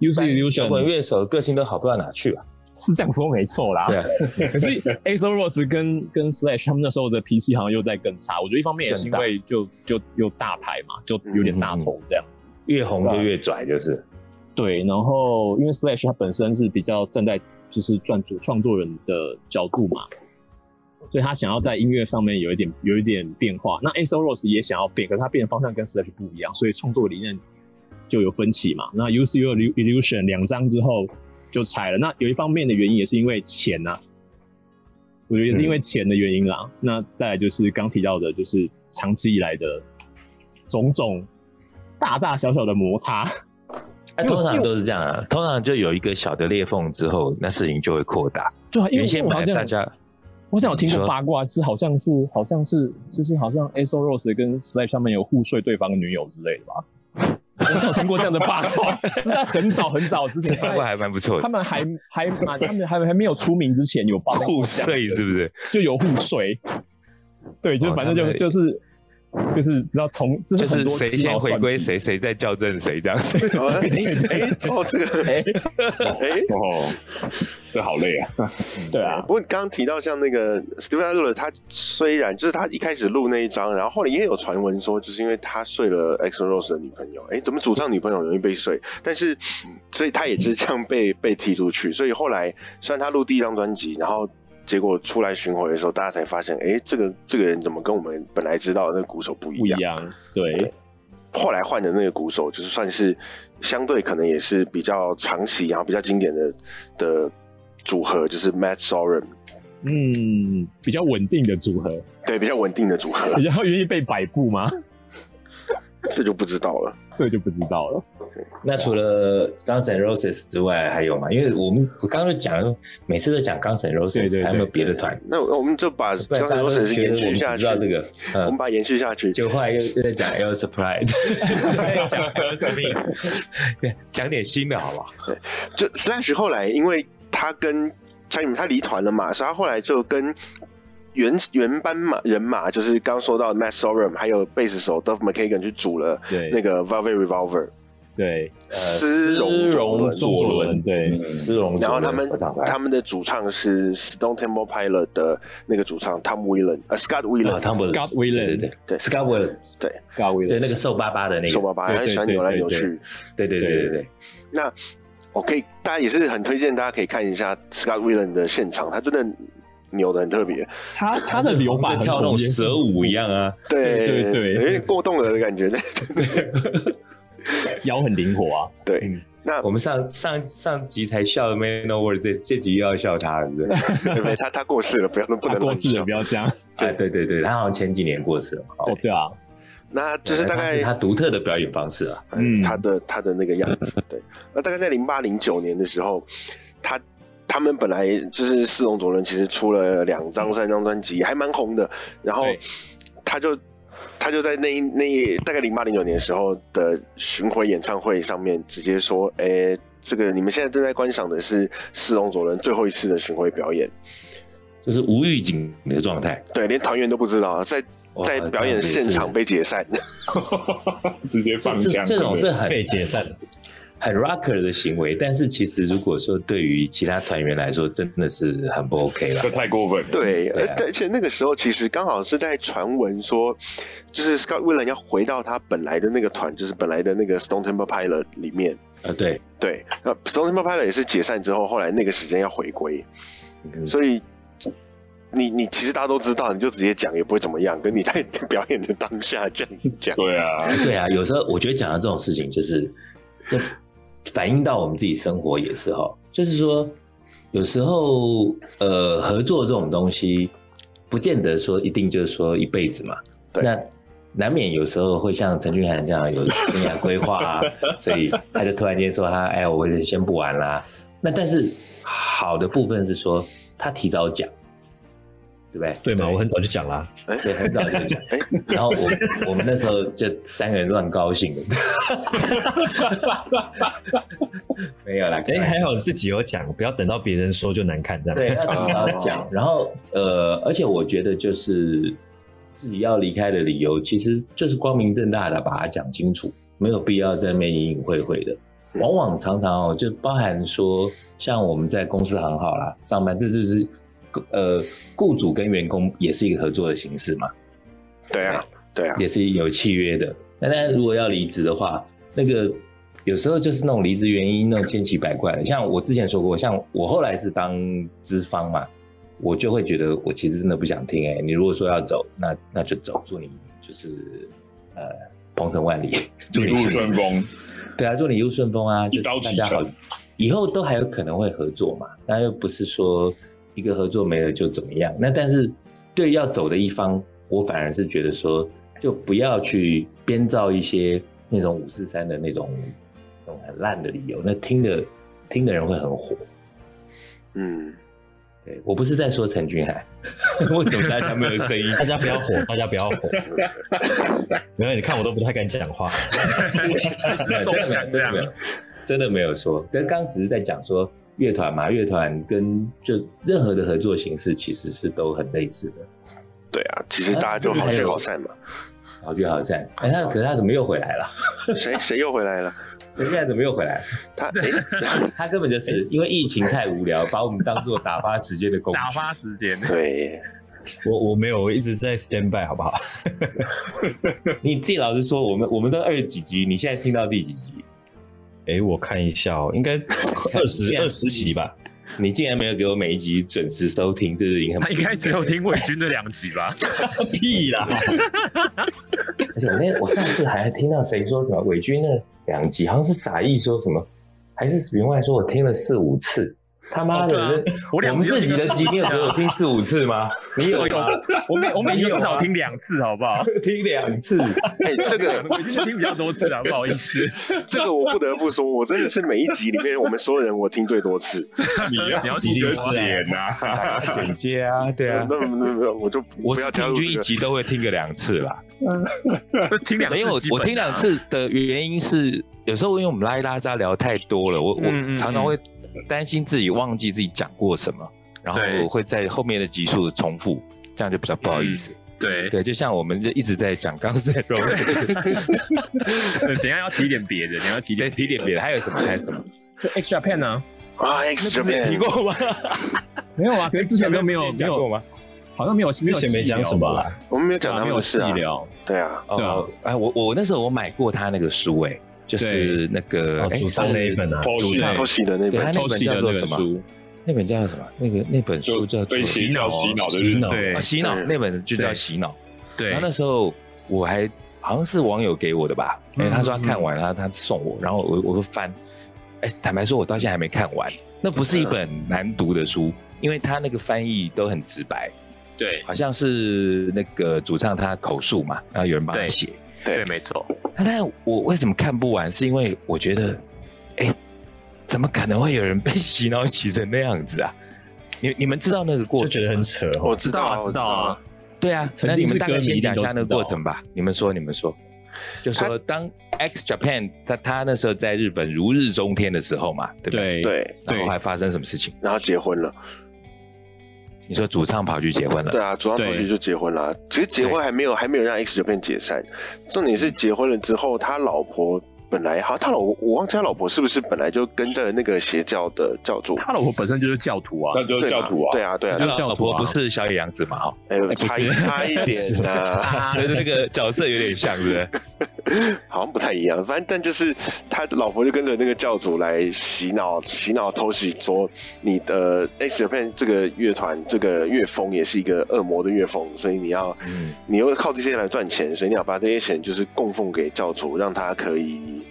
Speaker 5: U C
Speaker 2: 摇滚
Speaker 5: Illusion
Speaker 2: 乐手的个性都好不到哪去啊。
Speaker 5: 是这样说没错啦，
Speaker 2: 对啊，
Speaker 5: 可是 EXO Rose 跟跟 Slash 他们那时候的脾气好像又在更差。我觉得一方面也是因为就就又大牌嘛，就有点大
Speaker 2: 嗯
Speaker 5: 头这样子。
Speaker 2: 越红
Speaker 5: 啊
Speaker 2: 就越拽，就是。
Speaker 5: 对，然后因为 Slash 他本身是比较站在就是赚主创作人的角度嘛，所以他想要在音乐上面有一点有一点变化。那 S O Rose 也想要变，可是他变的方向跟 Slash 不一样，所以创作理念就有分歧嘛。那 U C U Illusion 两张之后就拆了。那有一方面的原因也是因为钱呐、我觉得也是因为钱的原因啦。那再来就是刚提到的，就是长期以来的种种大大小小的摩擦。
Speaker 2: 哎、
Speaker 5: 因为
Speaker 2: 通
Speaker 5: 我
Speaker 2: 常都是这样啊，通常就有一个小的裂缝之后，那事情就会扩大。
Speaker 5: 对啊，因为
Speaker 2: 原先
Speaker 5: 我
Speaker 2: 本
Speaker 5: 好
Speaker 2: 来
Speaker 5: 像
Speaker 2: 大家，
Speaker 5: 我想有听
Speaker 2: 你
Speaker 5: 过
Speaker 2: 说
Speaker 5: 八卦是好像是好像是就是好像 S O Rose 跟 Slash 上面有互睡对方的女友之类的吧？我好像有听过这样的八卦， 是在很早很早之 前，
Speaker 2: 这八卦还蛮不错
Speaker 5: 他
Speaker 2: 的。
Speaker 5: 们还还蛮他们还还没有出名之前有八卦
Speaker 2: 互睡是不是？
Speaker 5: 就有互睡，对，就
Speaker 2: 哦
Speaker 5: 反正就
Speaker 2: 他们
Speaker 5: 就是就是你知道从这
Speaker 2: 就是
Speaker 5: 很
Speaker 2: 是
Speaker 5: 多
Speaker 2: 谁
Speaker 5: 鸡毛
Speaker 2: 先回
Speaker 5: 蒜
Speaker 2: 归
Speaker 5: 皮
Speaker 2: 谁，谁在校正谁这样子。
Speaker 1: 哦哎哎哦，这个
Speaker 5: 哎、
Speaker 1: 哎。
Speaker 4: 哦，这好累啊！
Speaker 5: 对啊，
Speaker 1: 不过你刚刚提到像那个 Steven Adler，他虽然就是他一开始录那一张，然后后来也有传闻说，就是因为他睡了 X Rose 的女朋友，哎，怎么主唱女朋友容易被睡？但是，所以他也就是这样被被踢出去。所以后来虽然他录第一张专辑，然后结果出来巡回的时候，大家才发现，哎，这个这个人怎么跟我们本来知道的那个鼓手不一
Speaker 5: 不一
Speaker 1: 样？
Speaker 5: 样，对
Speaker 1: 后来换的那个鼓手，就是算是相对可能也是比较长期，然后比较经典的的组合，就是 Matt Sorum。
Speaker 5: 嗯，比较稳定的组合，
Speaker 1: 对，比较稳定的组合啦
Speaker 5: 比较愿意被摆布吗？
Speaker 1: 这就不知道了。
Speaker 5: 这就不知道了。
Speaker 2: 那除了 Guns N' Roses 之外，还有吗？因为我们我刚刚就讲，每次都讲 Guns N'
Speaker 5: 对对
Speaker 2: Roses，
Speaker 5: 对
Speaker 2: 还有没有别的团？
Speaker 1: 那我们就把
Speaker 2: 不然
Speaker 1: 江
Speaker 2: 大
Speaker 1: 水
Speaker 2: 家
Speaker 1: 罗
Speaker 2: 都
Speaker 1: 水
Speaker 2: 觉得
Speaker 1: 延
Speaker 2: 我
Speaker 1: 续
Speaker 2: 们
Speaker 1: 下
Speaker 2: 只
Speaker 1: 去
Speaker 2: 知道这个，
Speaker 1: 我们
Speaker 2: 嗯，
Speaker 1: 把它延续下去。
Speaker 2: 就后来又又在讲 Air Supply，在讲 Air Smith，对 讲点新的好不好？
Speaker 1: 就 Slash 后来，因为他跟柴米他离团了嘛，所以他后来就跟原原班马人马，就是刚说到的 Matt Sorum 还有贝斯手 Duff McKagan 去组了
Speaker 5: 对
Speaker 1: 那个 Velvet Revolver
Speaker 5: 对，
Speaker 2: 呃
Speaker 1: 丝绒左轮，
Speaker 5: 左轮对
Speaker 4: 嗯
Speaker 2: 丝绒
Speaker 1: 然后他
Speaker 2: 左轮
Speaker 1: 们
Speaker 2: 合唱团
Speaker 1: 他们的主唱是 Stone Temple Pilot 的那个主唱 Tom Whelan，呃 Scott
Speaker 2: 啊
Speaker 1: Whelan，
Speaker 2: 汤姆
Speaker 5: Scott
Speaker 2: 对
Speaker 5: Weiland
Speaker 2: 对
Speaker 1: 对
Speaker 2: 对，Scott Weiland，
Speaker 5: 高威
Speaker 2: 对那个瘦巴巴的那
Speaker 1: 说
Speaker 2: 个，
Speaker 1: 爸爸他喜欢
Speaker 5: 对对对
Speaker 1: 扭来扭去
Speaker 5: 对。
Speaker 2: 对对对对对，
Speaker 1: 那我可以，大家也是很推荐，大家可以看一下 Scott Weiland 的现场，他真的扭的很特别，
Speaker 5: 他他的留法
Speaker 2: 就跳那种蛇舞一样啊，
Speaker 1: 对
Speaker 5: 对对
Speaker 1: 有点过动了的感觉。
Speaker 5: 腰很灵活啊，
Speaker 1: 对，那
Speaker 2: 我们上上上集才笑的 Man No Word，这这集又要笑他，对不对？
Speaker 1: 没他他过世了，不要不
Speaker 5: 他
Speaker 1: 能
Speaker 5: 过
Speaker 1: 乱
Speaker 5: 世了
Speaker 1: 笑
Speaker 5: 不。要这样。
Speaker 2: 啊，对对对，他好像前几年过世了嘛。
Speaker 5: 哦，对啊，
Speaker 1: 那就是大
Speaker 2: 他是
Speaker 1: 概
Speaker 2: 他独特的表演方式啊。
Speaker 1: 嗯，
Speaker 5: 嗯
Speaker 1: 他的他的那个样子，对。那大概在零八零九年的时候，他他们本来就是四龙左轮，其实出了两张三张专辑，还蛮红的。然后
Speaker 5: 对
Speaker 1: 他就他就在那一那一大概零八零九年的时候的巡回演唱会上面直接说，诶、这个你们现在正在观赏的是四龙左轮最后一次的巡回表演，
Speaker 2: 就是无预警的状态，
Speaker 1: 对，连团员都不知道，在
Speaker 2: 哇
Speaker 1: 在表演现场被解散，
Speaker 4: 直接
Speaker 2: 这
Speaker 4: 放
Speaker 2: 样子也
Speaker 4: 枪，
Speaker 2: 是这这种是很
Speaker 3: 被解散了。
Speaker 2: 很 rocker 的行为，但是其实如果说对于其他团员来说，真的是很不 OK 了
Speaker 4: 这。太过分了。
Speaker 1: 对，
Speaker 2: 对
Speaker 1: 而
Speaker 2: 啊
Speaker 1: 而且那个时候其实刚好是在传闻说，就是 Scott Weiland 要回到他本来的那个团，就是本来的那个 Stone Temple Pilot 里面，
Speaker 6: 呃，对，
Speaker 1: 对，那 Stone Temple Pilot 也是解散之后，后来那个时间要回归，
Speaker 2: 嗯
Speaker 1: 所以你你其实大家都知道，你就直接讲也不会怎么样，跟你在 表演的当下这样 讲，
Speaker 4: 对啊，
Speaker 2: 对啊，有时候我觉得讲到这种事情，就是这反映到我们自己生活也是哈，就是说有时候呃合作这种东西，不见得说一定就是说一辈子嘛，
Speaker 1: 对
Speaker 2: 那。难免有时候会像陈俊涵这样有生涯规划啊， 所以他就突然间说他哎，我先不玩啦。那但是好的部分是说他提早讲，对不对？
Speaker 3: 对嘛，我很早就讲啊啦，
Speaker 1: 哎、
Speaker 2: 所以很早就讲。
Speaker 1: 哎、
Speaker 2: 然后我我们那时候就三个人乱高兴的， 没有啦，
Speaker 3: 哎、
Speaker 2: 开玩笑
Speaker 3: 还好自己有讲，不要等到别人说就难看这样。
Speaker 2: 对，要提
Speaker 1: 哎
Speaker 2: 早啊讲。 然后呃，而且我觉得就是自己要离开的理由，其实就是光明正大的把它讲清楚，没有必要在那边隐隐晦晦的。往往常常哦，就包含说，像我们在公司行号啦上班，这就是呃，雇主跟员工也是一个合作的形式嘛。
Speaker 1: 对啊，对啊，
Speaker 2: 也是有契约的。那大家如果要离职的话，那个有时候就是那种离职原因那种千奇百怪的。像我之前说过，像我后来是当资方嘛，我就会觉得我其实真的不想听、欸。哎，你如果说要走，那那就走，祝你就是呃鹏程万里，
Speaker 4: 一路顺风，
Speaker 2: 对啊，祝你一路顺风啊，就
Speaker 4: 一刀齐
Speaker 2: 大家好
Speaker 4: 成，
Speaker 2: 以后都还有可能会合作嘛，那又不是说一个合作没了就怎么样。那但是对要走的一方，我反而是觉得说，就不要去编造一些那种五四三的那种那种很烂的理由，那听的听的人会很火。
Speaker 1: 嗯，
Speaker 2: 对我不是在说陈俊海， 为什么大家没有声音？
Speaker 3: 大家不要火，大家不要火。没有，你看我都不太敢讲话。
Speaker 2: 没哎有，真的没有，真的没有，真的没有说。但刚刚只是在讲说乐团嘛，乐团跟就任何的合作形式其实是都很类似的，
Speaker 1: 对啊，其实大家就好聚好散 嘛。
Speaker 2: 好聚好散。哎，他可是他怎么又回来了？
Speaker 1: 谁谁又回来了？
Speaker 2: 陈俊翰怎么又回来？
Speaker 1: 他哎、
Speaker 2: 他根本就是因为疫情太无聊，把我们当做打发时间的工具。
Speaker 5: 打发时间。
Speaker 1: 对，
Speaker 3: 我我没有，我一直在 stand by，好不好？
Speaker 2: 你自己老实说，我们我们都二十几集，你现在听到第几集？
Speaker 3: 哎、我看一下哦，应该二十二十集吧。
Speaker 2: 你竟然没有给我每一集准时收听，这是已经很
Speaker 5: 他应该只有听伟军的两集吧？
Speaker 3: 屁啦！
Speaker 2: 而且我那我上次还听到谁说什么伪军那两集，好像是傻义说什么，还是员外说我听了四五次。他妈的，
Speaker 5: 哦对啊
Speaker 2: 我
Speaker 5: 我两
Speaker 2: 们
Speaker 5: 集就
Speaker 2: 自己的
Speaker 5: 听了
Speaker 2: 集，你有给
Speaker 6: 啊
Speaker 2: 我听四五 次吗？你有吗？
Speaker 5: 我每我每集
Speaker 2: 没有啊
Speaker 5: 至少听两次，好不好？
Speaker 2: 听两次，
Speaker 1: 哎、这个
Speaker 5: 我已经听比较多次了，不好意思。
Speaker 1: 这个我不得不说，我真的是每一集里面，我们所有人我听最多次。
Speaker 4: 你
Speaker 5: 你
Speaker 4: 要
Speaker 5: 要
Speaker 4: 记得
Speaker 5: 记得啊
Speaker 4: 点呐，
Speaker 2: 剪接啊，对啊
Speaker 1: 那，那那我就
Speaker 6: 我
Speaker 1: 不
Speaker 6: 是
Speaker 1: 要加
Speaker 6: 平
Speaker 1: 入
Speaker 6: 均一
Speaker 1: 这个。
Speaker 6: 集都会听个两次啦。
Speaker 5: 听两次
Speaker 6: 没有，
Speaker 5: 基本
Speaker 6: 我听两次的原因是，有时候因为我们拉一拉渣聊太多了，我
Speaker 5: 嗯嗯
Speaker 6: 我常常会担心自己忘记自己讲过什么，然后
Speaker 5: 对
Speaker 6: 我会在后面的集数重复，这样就比较不好意思。
Speaker 5: 对，
Speaker 6: 对，就像我们就一直在讲刚才 Rose，
Speaker 5: 等一下要提点别的，你要提
Speaker 6: 对，
Speaker 5: 点
Speaker 6: 提点别的，还有什么？还有什么？
Speaker 5: Extra Pen 呢？
Speaker 1: 啊，X 这
Speaker 6: 提
Speaker 1: 边
Speaker 6: 过吗？
Speaker 5: 没有啊，可是 之前都没有没
Speaker 6: 讲过
Speaker 5: 有，
Speaker 6: 吗？
Speaker 5: 好像没有没
Speaker 3: 之
Speaker 5: 有
Speaker 3: 前没讲什么啦，
Speaker 1: 我们没有讲他
Speaker 5: 没
Speaker 1: 们
Speaker 5: 有
Speaker 1: 的
Speaker 5: 细
Speaker 1: 事啊。
Speaker 5: 聊。
Speaker 1: 对啊，
Speaker 5: 对啊
Speaker 6: 哦，哎，我我那时候我买过他那个书，哎，就是那个哎
Speaker 3: 哦，主唱那一，本啊，
Speaker 4: 偷袭
Speaker 1: 偷袭的
Speaker 6: 哎
Speaker 1: 那
Speaker 6: 是对他
Speaker 1: 本
Speaker 6: 那
Speaker 5: 偷
Speaker 6: 本
Speaker 5: 袭的
Speaker 6: 叫
Speaker 5: 那
Speaker 6: 做
Speaker 5: 个
Speaker 6: 什么？
Speaker 5: 书，
Speaker 6: 那本叫什么？那个那本书
Speaker 4: 就
Speaker 6: 叫
Speaker 4: 对
Speaker 6: 做
Speaker 4: 洗脑洗脑的日
Speaker 3: 洗
Speaker 4: 子
Speaker 3: 脑，
Speaker 5: 对
Speaker 6: 啊，洗脑
Speaker 1: 对
Speaker 6: 那本就叫
Speaker 5: 对
Speaker 6: 洗脑。
Speaker 5: 对
Speaker 6: 然后，那时候我还好像是网友给我的吧，哎、
Speaker 5: 嗯
Speaker 6: 他说他看完了，他他送我，然后我我会翻，哎、坦白说，我到现在还没看完。那不是一本
Speaker 5: 嗯
Speaker 6: 难读的书，因为他那个翻译都很直白，
Speaker 5: 对
Speaker 6: 好像是那个主唱他口述嘛，然后有人帮他
Speaker 5: 对
Speaker 6: 写。
Speaker 5: 对，没错，
Speaker 6: 那但我为什么看不完？是因为我觉得，哎、怎么可能会有人被洗脑洗成那样子啊？你你们知道那个过
Speaker 3: 就
Speaker 6: 程
Speaker 3: 觉得很扯哦。
Speaker 1: 我知道啊，我知道啊。
Speaker 6: 对啊，
Speaker 5: 曾
Speaker 6: 那你
Speaker 5: 经
Speaker 6: 们
Speaker 5: 是
Speaker 6: 大概
Speaker 5: 歌迷
Speaker 6: 先
Speaker 5: 一
Speaker 6: 讲
Speaker 5: 定
Speaker 6: 一下
Speaker 5: 都
Speaker 6: 那个
Speaker 5: 知道
Speaker 6: 过程吧。你们说，你们说，就说当 X Japan 他他那时候在日本如日中天的时候嘛，对不对？
Speaker 5: 对
Speaker 1: 对，
Speaker 6: 然后
Speaker 5: 对
Speaker 6: 还发生什么事情？
Speaker 1: 然后结婚了。
Speaker 6: 你说主唱跑去结婚了，
Speaker 1: 对啊，主要同学就结婚啦。其实结婚还没有还没有让 X 九变解散，重点是结婚了之后，他老婆本来好，他老我忘记他老婆是不是本来就跟着那个邪教的教主。
Speaker 5: 他老婆本身就是教徒啊，
Speaker 4: 那就是教主啊
Speaker 1: 对，啊，对啊，
Speaker 5: 就
Speaker 1: 对
Speaker 5: 是
Speaker 1: 啊
Speaker 5: 教
Speaker 6: 老
Speaker 5: 徒
Speaker 6: 婆
Speaker 5: 啊
Speaker 6: 不是小野洋子嘛？哈，
Speaker 1: 哎、差一差一点呐、
Speaker 5: 啊
Speaker 6: 就是那个角色有点像，对不对？
Speaker 1: 好像不太一样。反正但就是他老婆就跟着那个教主来洗脑，洗脑偷袭说你的 X Japan 这个乐团这个乐风也是一个恶魔的乐风，所以你要、
Speaker 7: 嗯
Speaker 1: 你又靠这些来赚钱，所以你要把这些钱就是供奉给教主，让他可以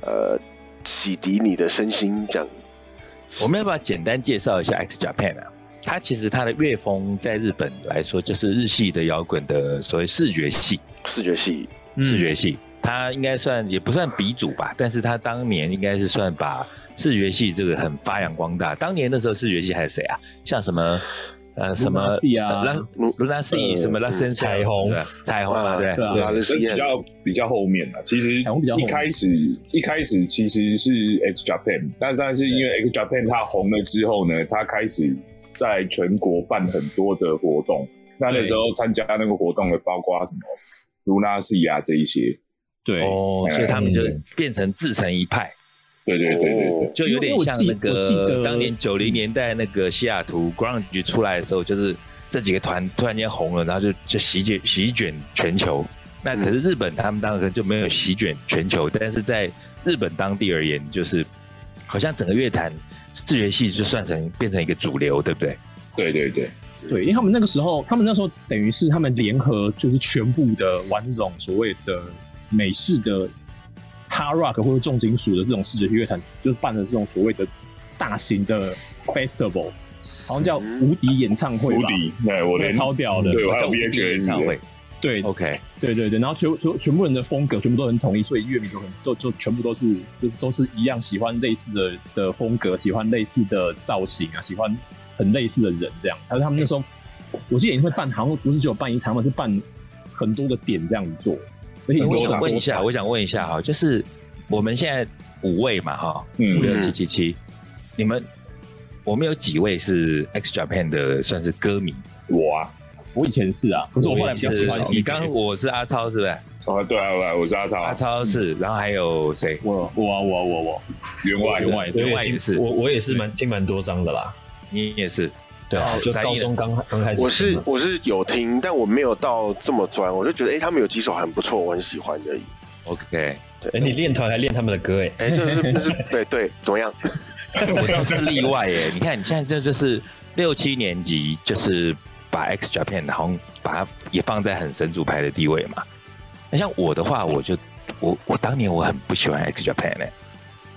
Speaker 1: 呃洗涤你的身心这样。
Speaker 2: 我们要不要简单介绍一下 X Japan 啊？它其实它的乐风在日本来说，就是日系的摇滚的所谓视觉系，
Speaker 1: 视觉系
Speaker 2: 视觉系，它应该算也不算鼻祖吧，但是它当年应该是算把视觉系这个很发扬光大。当年那时候视觉系还有谁啊？像什么呃什么
Speaker 5: Lunacy 啊
Speaker 2: 拉卢纳西什么拉森
Speaker 3: 彩虹
Speaker 2: 彩虹啊，对
Speaker 5: 对啊
Speaker 1: 拉的
Speaker 4: 这
Speaker 1: 实
Speaker 4: 比
Speaker 1: 验
Speaker 4: 较比较后面了。其实
Speaker 5: 台湾比较后
Speaker 4: 一
Speaker 5: 面
Speaker 4: 开始一开始其实是 X Japan，但是但是因为 X Japan 它红了之后呢，它开始在全国办很多的活动。那那时候参加那个活动的包括什么卢纳西啊这一些，
Speaker 5: 对，
Speaker 2: 哦，所以他们就变成自成一派。
Speaker 4: 对对对对
Speaker 1: 哦
Speaker 4: 对，
Speaker 2: 就有点像那
Speaker 5: 因为我记我记
Speaker 2: 个
Speaker 5: 得嗯
Speaker 2: 当年九零年代那个西雅图 grunge 出来的时候，就是这几个团突然间红了，然后就就席卷席卷全球。那可是日本他们当时就没有席卷全球，但是在日本当地而言，就是好像整个乐坛视觉系就算成变成一个主流，对不对？
Speaker 4: 对对对，
Speaker 5: 对，因为他们那个时候，他们那时候等于是他们联合，就是全部的玩这种所谓的美式的 hard rock 或者重金属的这种视觉乐团，就是办了这种所谓的大型的 festival，好像叫无敌演唱会
Speaker 4: 嗯无
Speaker 5: 吧，
Speaker 4: 敌，对我连
Speaker 5: 超屌的，
Speaker 4: 对我还
Speaker 2: 叫
Speaker 4: 有
Speaker 2: 无敌演
Speaker 4: VHS
Speaker 2: 唱
Speaker 4: 的
Speaker 2: 会。
Speaker 5: 对
Speaker 2: OK，
Speaker 5: 对对对，然后全全全部人的风格全部都很统一，所以乐迷都很都就全部都是就是都是一样，喜欢类似的的风格，喜欢类似的造型啊，喜欢很类似的人这样。但是他们那时候，我记得也会办，好像不是只有办一场，而是办很多个点这样子做。而且
Speaker 4: 很
Speaker 2: 哎
Speaker 4: 多
Speaker 2: 我
Speaker 5: 是
Speaker 2: 想
Speaker 4: 场
Speaker 2: 问一下，我想问一下哈，就是我们现在五位嘛哈，五
Speaker 4: 嗯，
Speaker 2: 六七七七，你们我们有几位是 X Japan 的算是歌迷？
Speaker 4: 我啊，
Speaker 5: 我以前是啊，可是我后来比较喜欢
Speaker 2: 是哦你刚刚我是阿超是不是？
Speaker 4: 啊对啊对啊，我是阿超，
Speaker 2: 阿超是，然后还有谁？
Speaker 5: 我我啊我啊我啊我啊
Speaker 4: 员外
Speaker 2: 员外员外也是，
Speaker 3: 我我也是蛮听蛮多张的啦，
Speaker 2: 你也是，对啊
Speaker 3: 哦，就
Speaker 2: 三
Speaker 3: 高
Speaker 2: 一
Speaker 3: 中刚刚开始听的。
Speaker 1: 我是我是有听，但我没有到这么专，我就觉得哎、诶他们有几首很不错，我很喜欢而已。
Speaker 2: OK，
Speaker 3: 哎，你练团还练他们的歌哎，
Speaker 1: 哎、就是就是对对，怎么样？
Speaker 2: 我倒是例外耶。你看你现在这就是六七年级，就是把 X Japan 好像把它也放在很神主牌的地位嘛。那像我的话，我就我我当年我很不喜欢 X Japan 呢、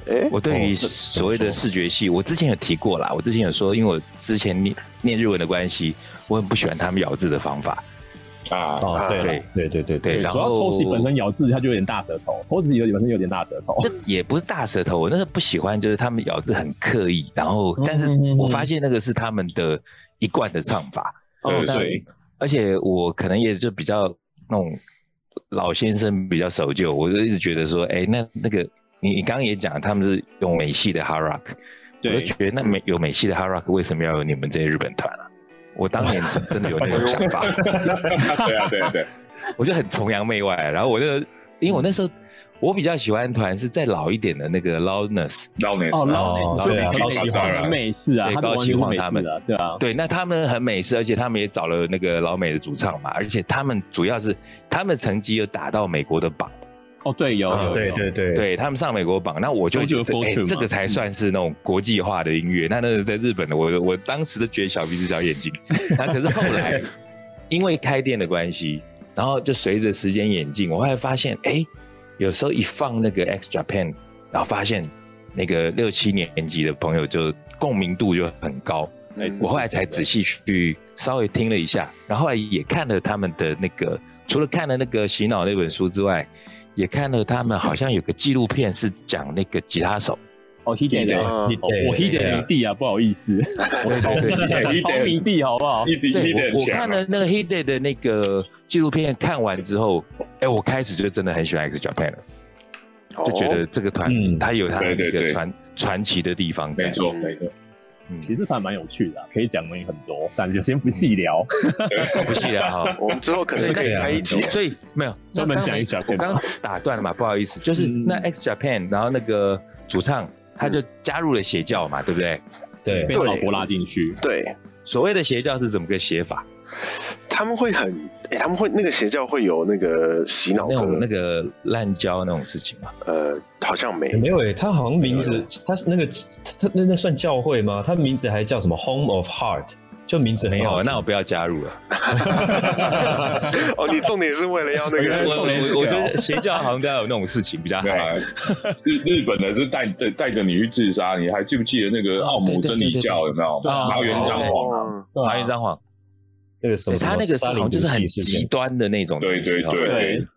Speaker 1: 哎、
Speaker 2: 我对
Speaker 3: 哦
Speaker 2: 于
Speaker 3: 这
Speaker 2: 所谓的视觉系，我之前有提过啦，我之前有说，因为我之前念念日文的关系，我很不喜欢他们咬字的方法。
Speaker 4: 啊，
Speaker 3: 哦，对了对对对
Speaker 2: 对，
Speaker 5: 对，
Speaker 2: 然
Speaker 5: 主要
Speaker 2: 后
Speaker 5: Tosi 本身咬字他就有点大舌头，Tosi 有本身有点大舌头，
Speaker 2: 这也不是大舌头，我那时候不喜欢，就是他们咬字很刻意，然后
Speaker 3: 嗯
Speaker 2: 但是
Speaker 3: 嗯嗯
Speaker 2: 我发现那个是他们的一贯的唱法，
Speaker 4: 对
Speaker 2: 但
Speaker 4: 对，
Speaker 2: 而且我可能也就比较那种老先生比较守旧，我就一直觉得说，哎，那那个你你刚刚也讲他们是用美系的 hard rock，我就
Speaker 5: 对
Speaker 2: 觉得那美有美系的 hard rock，为什么要有你们这些日本团啊？我当年是真的有那种想 法，
Speaker 4: 对啊对啊对啊，
Speaker 2: 我就很崇洋媚外。啊然后我就，因为我那时候我比较喜欢团是再老一点的那个 Loudness，
Speaker 4: 老年
Speaker 5: 哦，
Speaker 4: 人
Speaker 5: 老美
Speaker 3: 哦
Speaker 5: 是
Speaker 3: 对啊
Speaker 5: 美
Speaker 3: 高
Speaker 5: 式
Speaker 3: 崎
Speaker 5: 啊
Speaker 3: 晃
Speaker 5: 很美式啊，
Speaker 2: 对
Speaker 5: 他们
Speaker 2: 高
Speaker 5: 完
Speaker 2: 崎
Speaker 5: 全是
Speaker 2: 晃
Speaker 5: 美
Speaker 2: 他
Speaker 5: 式
Speaker 2: 们
Speaker 5: 的啊，对啊，
Speaker 2: 对，那他们很美式，而且他们也找了那个老美的主唱嘛，而且他们主要是他们成绩有打到美国的榜，
Speaker 5: 哦对有有
Speaker 3: 啊
Speaker 5: 有
Speaker 3: 对对对，
Speaker 2: 对他们上美国榜，那我就觉得
Speaker 5: Soldier of
Speaker 2: 哎、
Speaker 5: Fortune 嘛
Speaker 2: 这个才算是那种国际化的音乐。那那个在日本的，我我当时都觉得小鼻子小眼睛，那可是后来因为开店的关系，然后就随着时间演进，我后来发现，哎、有时候一放那个 X Japan，然后发现那个六七年级的朋友就共鸣度就很高。
Speaker 1: 哎
Speaker 2: 我后来才仔细去稍微听了一下，然后后来也看了他们的那个，除了看了那个洗脑那本书之外，也看了他们好像有个纪录片是讲那个吉他手，
Speaker 5: 哦 h i d e 的。
Speaker 1: 啊
Speaker 3: 你
Speaker 5: 哦
Speaker 3: 对
Speaker 5: 我 h i d
Speaker 3: 对
Speaker 5: e 迷弟啊，不好意 思，
Speaker 2: 对对对 对
Speaker 4: Hidden
Speaker 5: 超迷弟好不好？
Speaker 4: 一点一
Speaker 2: 对，
Speaker 4: 点
Speaker 2: 我我
Speaker 4: 强
Speaker 2: 看了
Speaker 4: 啊，
Speaker 2: 那个 h i d e 的那个纪录片，看完之后，哎，我开始就真的很喜欢 X Japan 了，就觉
Speaker 1: 哦
Speaker 2: 得这个团
Speaker 3: 嗯
Speaker 2: 它有它的
Speaker 4: 对
Speaker 2: 那
Speaker 4: 对
Speaker 2: 个
Speaker 4: 对
Speaker 2: 传传奇的地方在，
Speaker 4: 没错没错，
Speaker 2: 嗯，
Speaker 5: 其实还蛮有趣的啊、可以讲的东西很多，但就先不细聊。
Speaker 2: 嗯不细了 哈。
Speaker 1: 我们之后可能可以开一集。
Speaker 2: 所以没有
Speaker 5: 专门讲一
Speaker 2: 下。
Speaker 5: 下
Speaker 2: 我刚刚打断了嘛，不好意思，就是
Speaker 5: 嗯
Speaker 2: 那 X Japan，然后那个主唱他就加入了邪教嘛，对不对？
Speaker 3: 对
Speaker 5: 被他老婆拉进去，
Speaker 1: 对，
Speaker 2: 所谓的邪教是怎么个写法？
Speaker 1: 他们会很，哎、他们会那个邪教会有那个洗脑
Speaker 2: 那
Speaker 1: 歌，
Speaker 2: 种那个滥交那种事情嘛，
Speaker 1: 呃，好像没，
Speaker 3: 没有诶、他好像名字，他是那个他他那那算教会吗？他名字还叫什么 Home of Heart，就名字很
Speaker 2: 没
Speaker 3: 好
Speaker 2: 有，
Speaker 3: 听
Speaker 2: 哦那我不要加入了。
Speaker 1: 哦，你重点是为了要那
Speaker 5: 我
Speaker 1: 个
Speaker 5: 我
Speaker 2: 我我我觉得邪教好像都要有那种事情比较好
Speaker 4: 对。啊，日日本的是带带带着你去自杀，你还记不记得那个奥姆真理教有没有？
Speaker 2: 哦对对对对哦
Speaker 4: 麻原彰晃啊，
Speaker 1: 哦
Speaker 2: 华元张皇，
Speaker 3: 那个什
Speaker 2: 对
Speaker 3: 么什
Speaker 2: 哎
Speaker 3: 么
Speaker 2: 他那个是
Speaker 3: 沙
Speaker 2: 好
Speaker 3: 林
Speaker 2: 像
Speaker 3: 毒
Speaker 2: 就是很
Speaker 3: 气事件
Speaker 2: 极端的那种东
Speaker 4: 对
Speaker 2: 西。
Speaker 4: 对
Speaker 2: 哦
Speaker 4: 对
Speaker 1: 对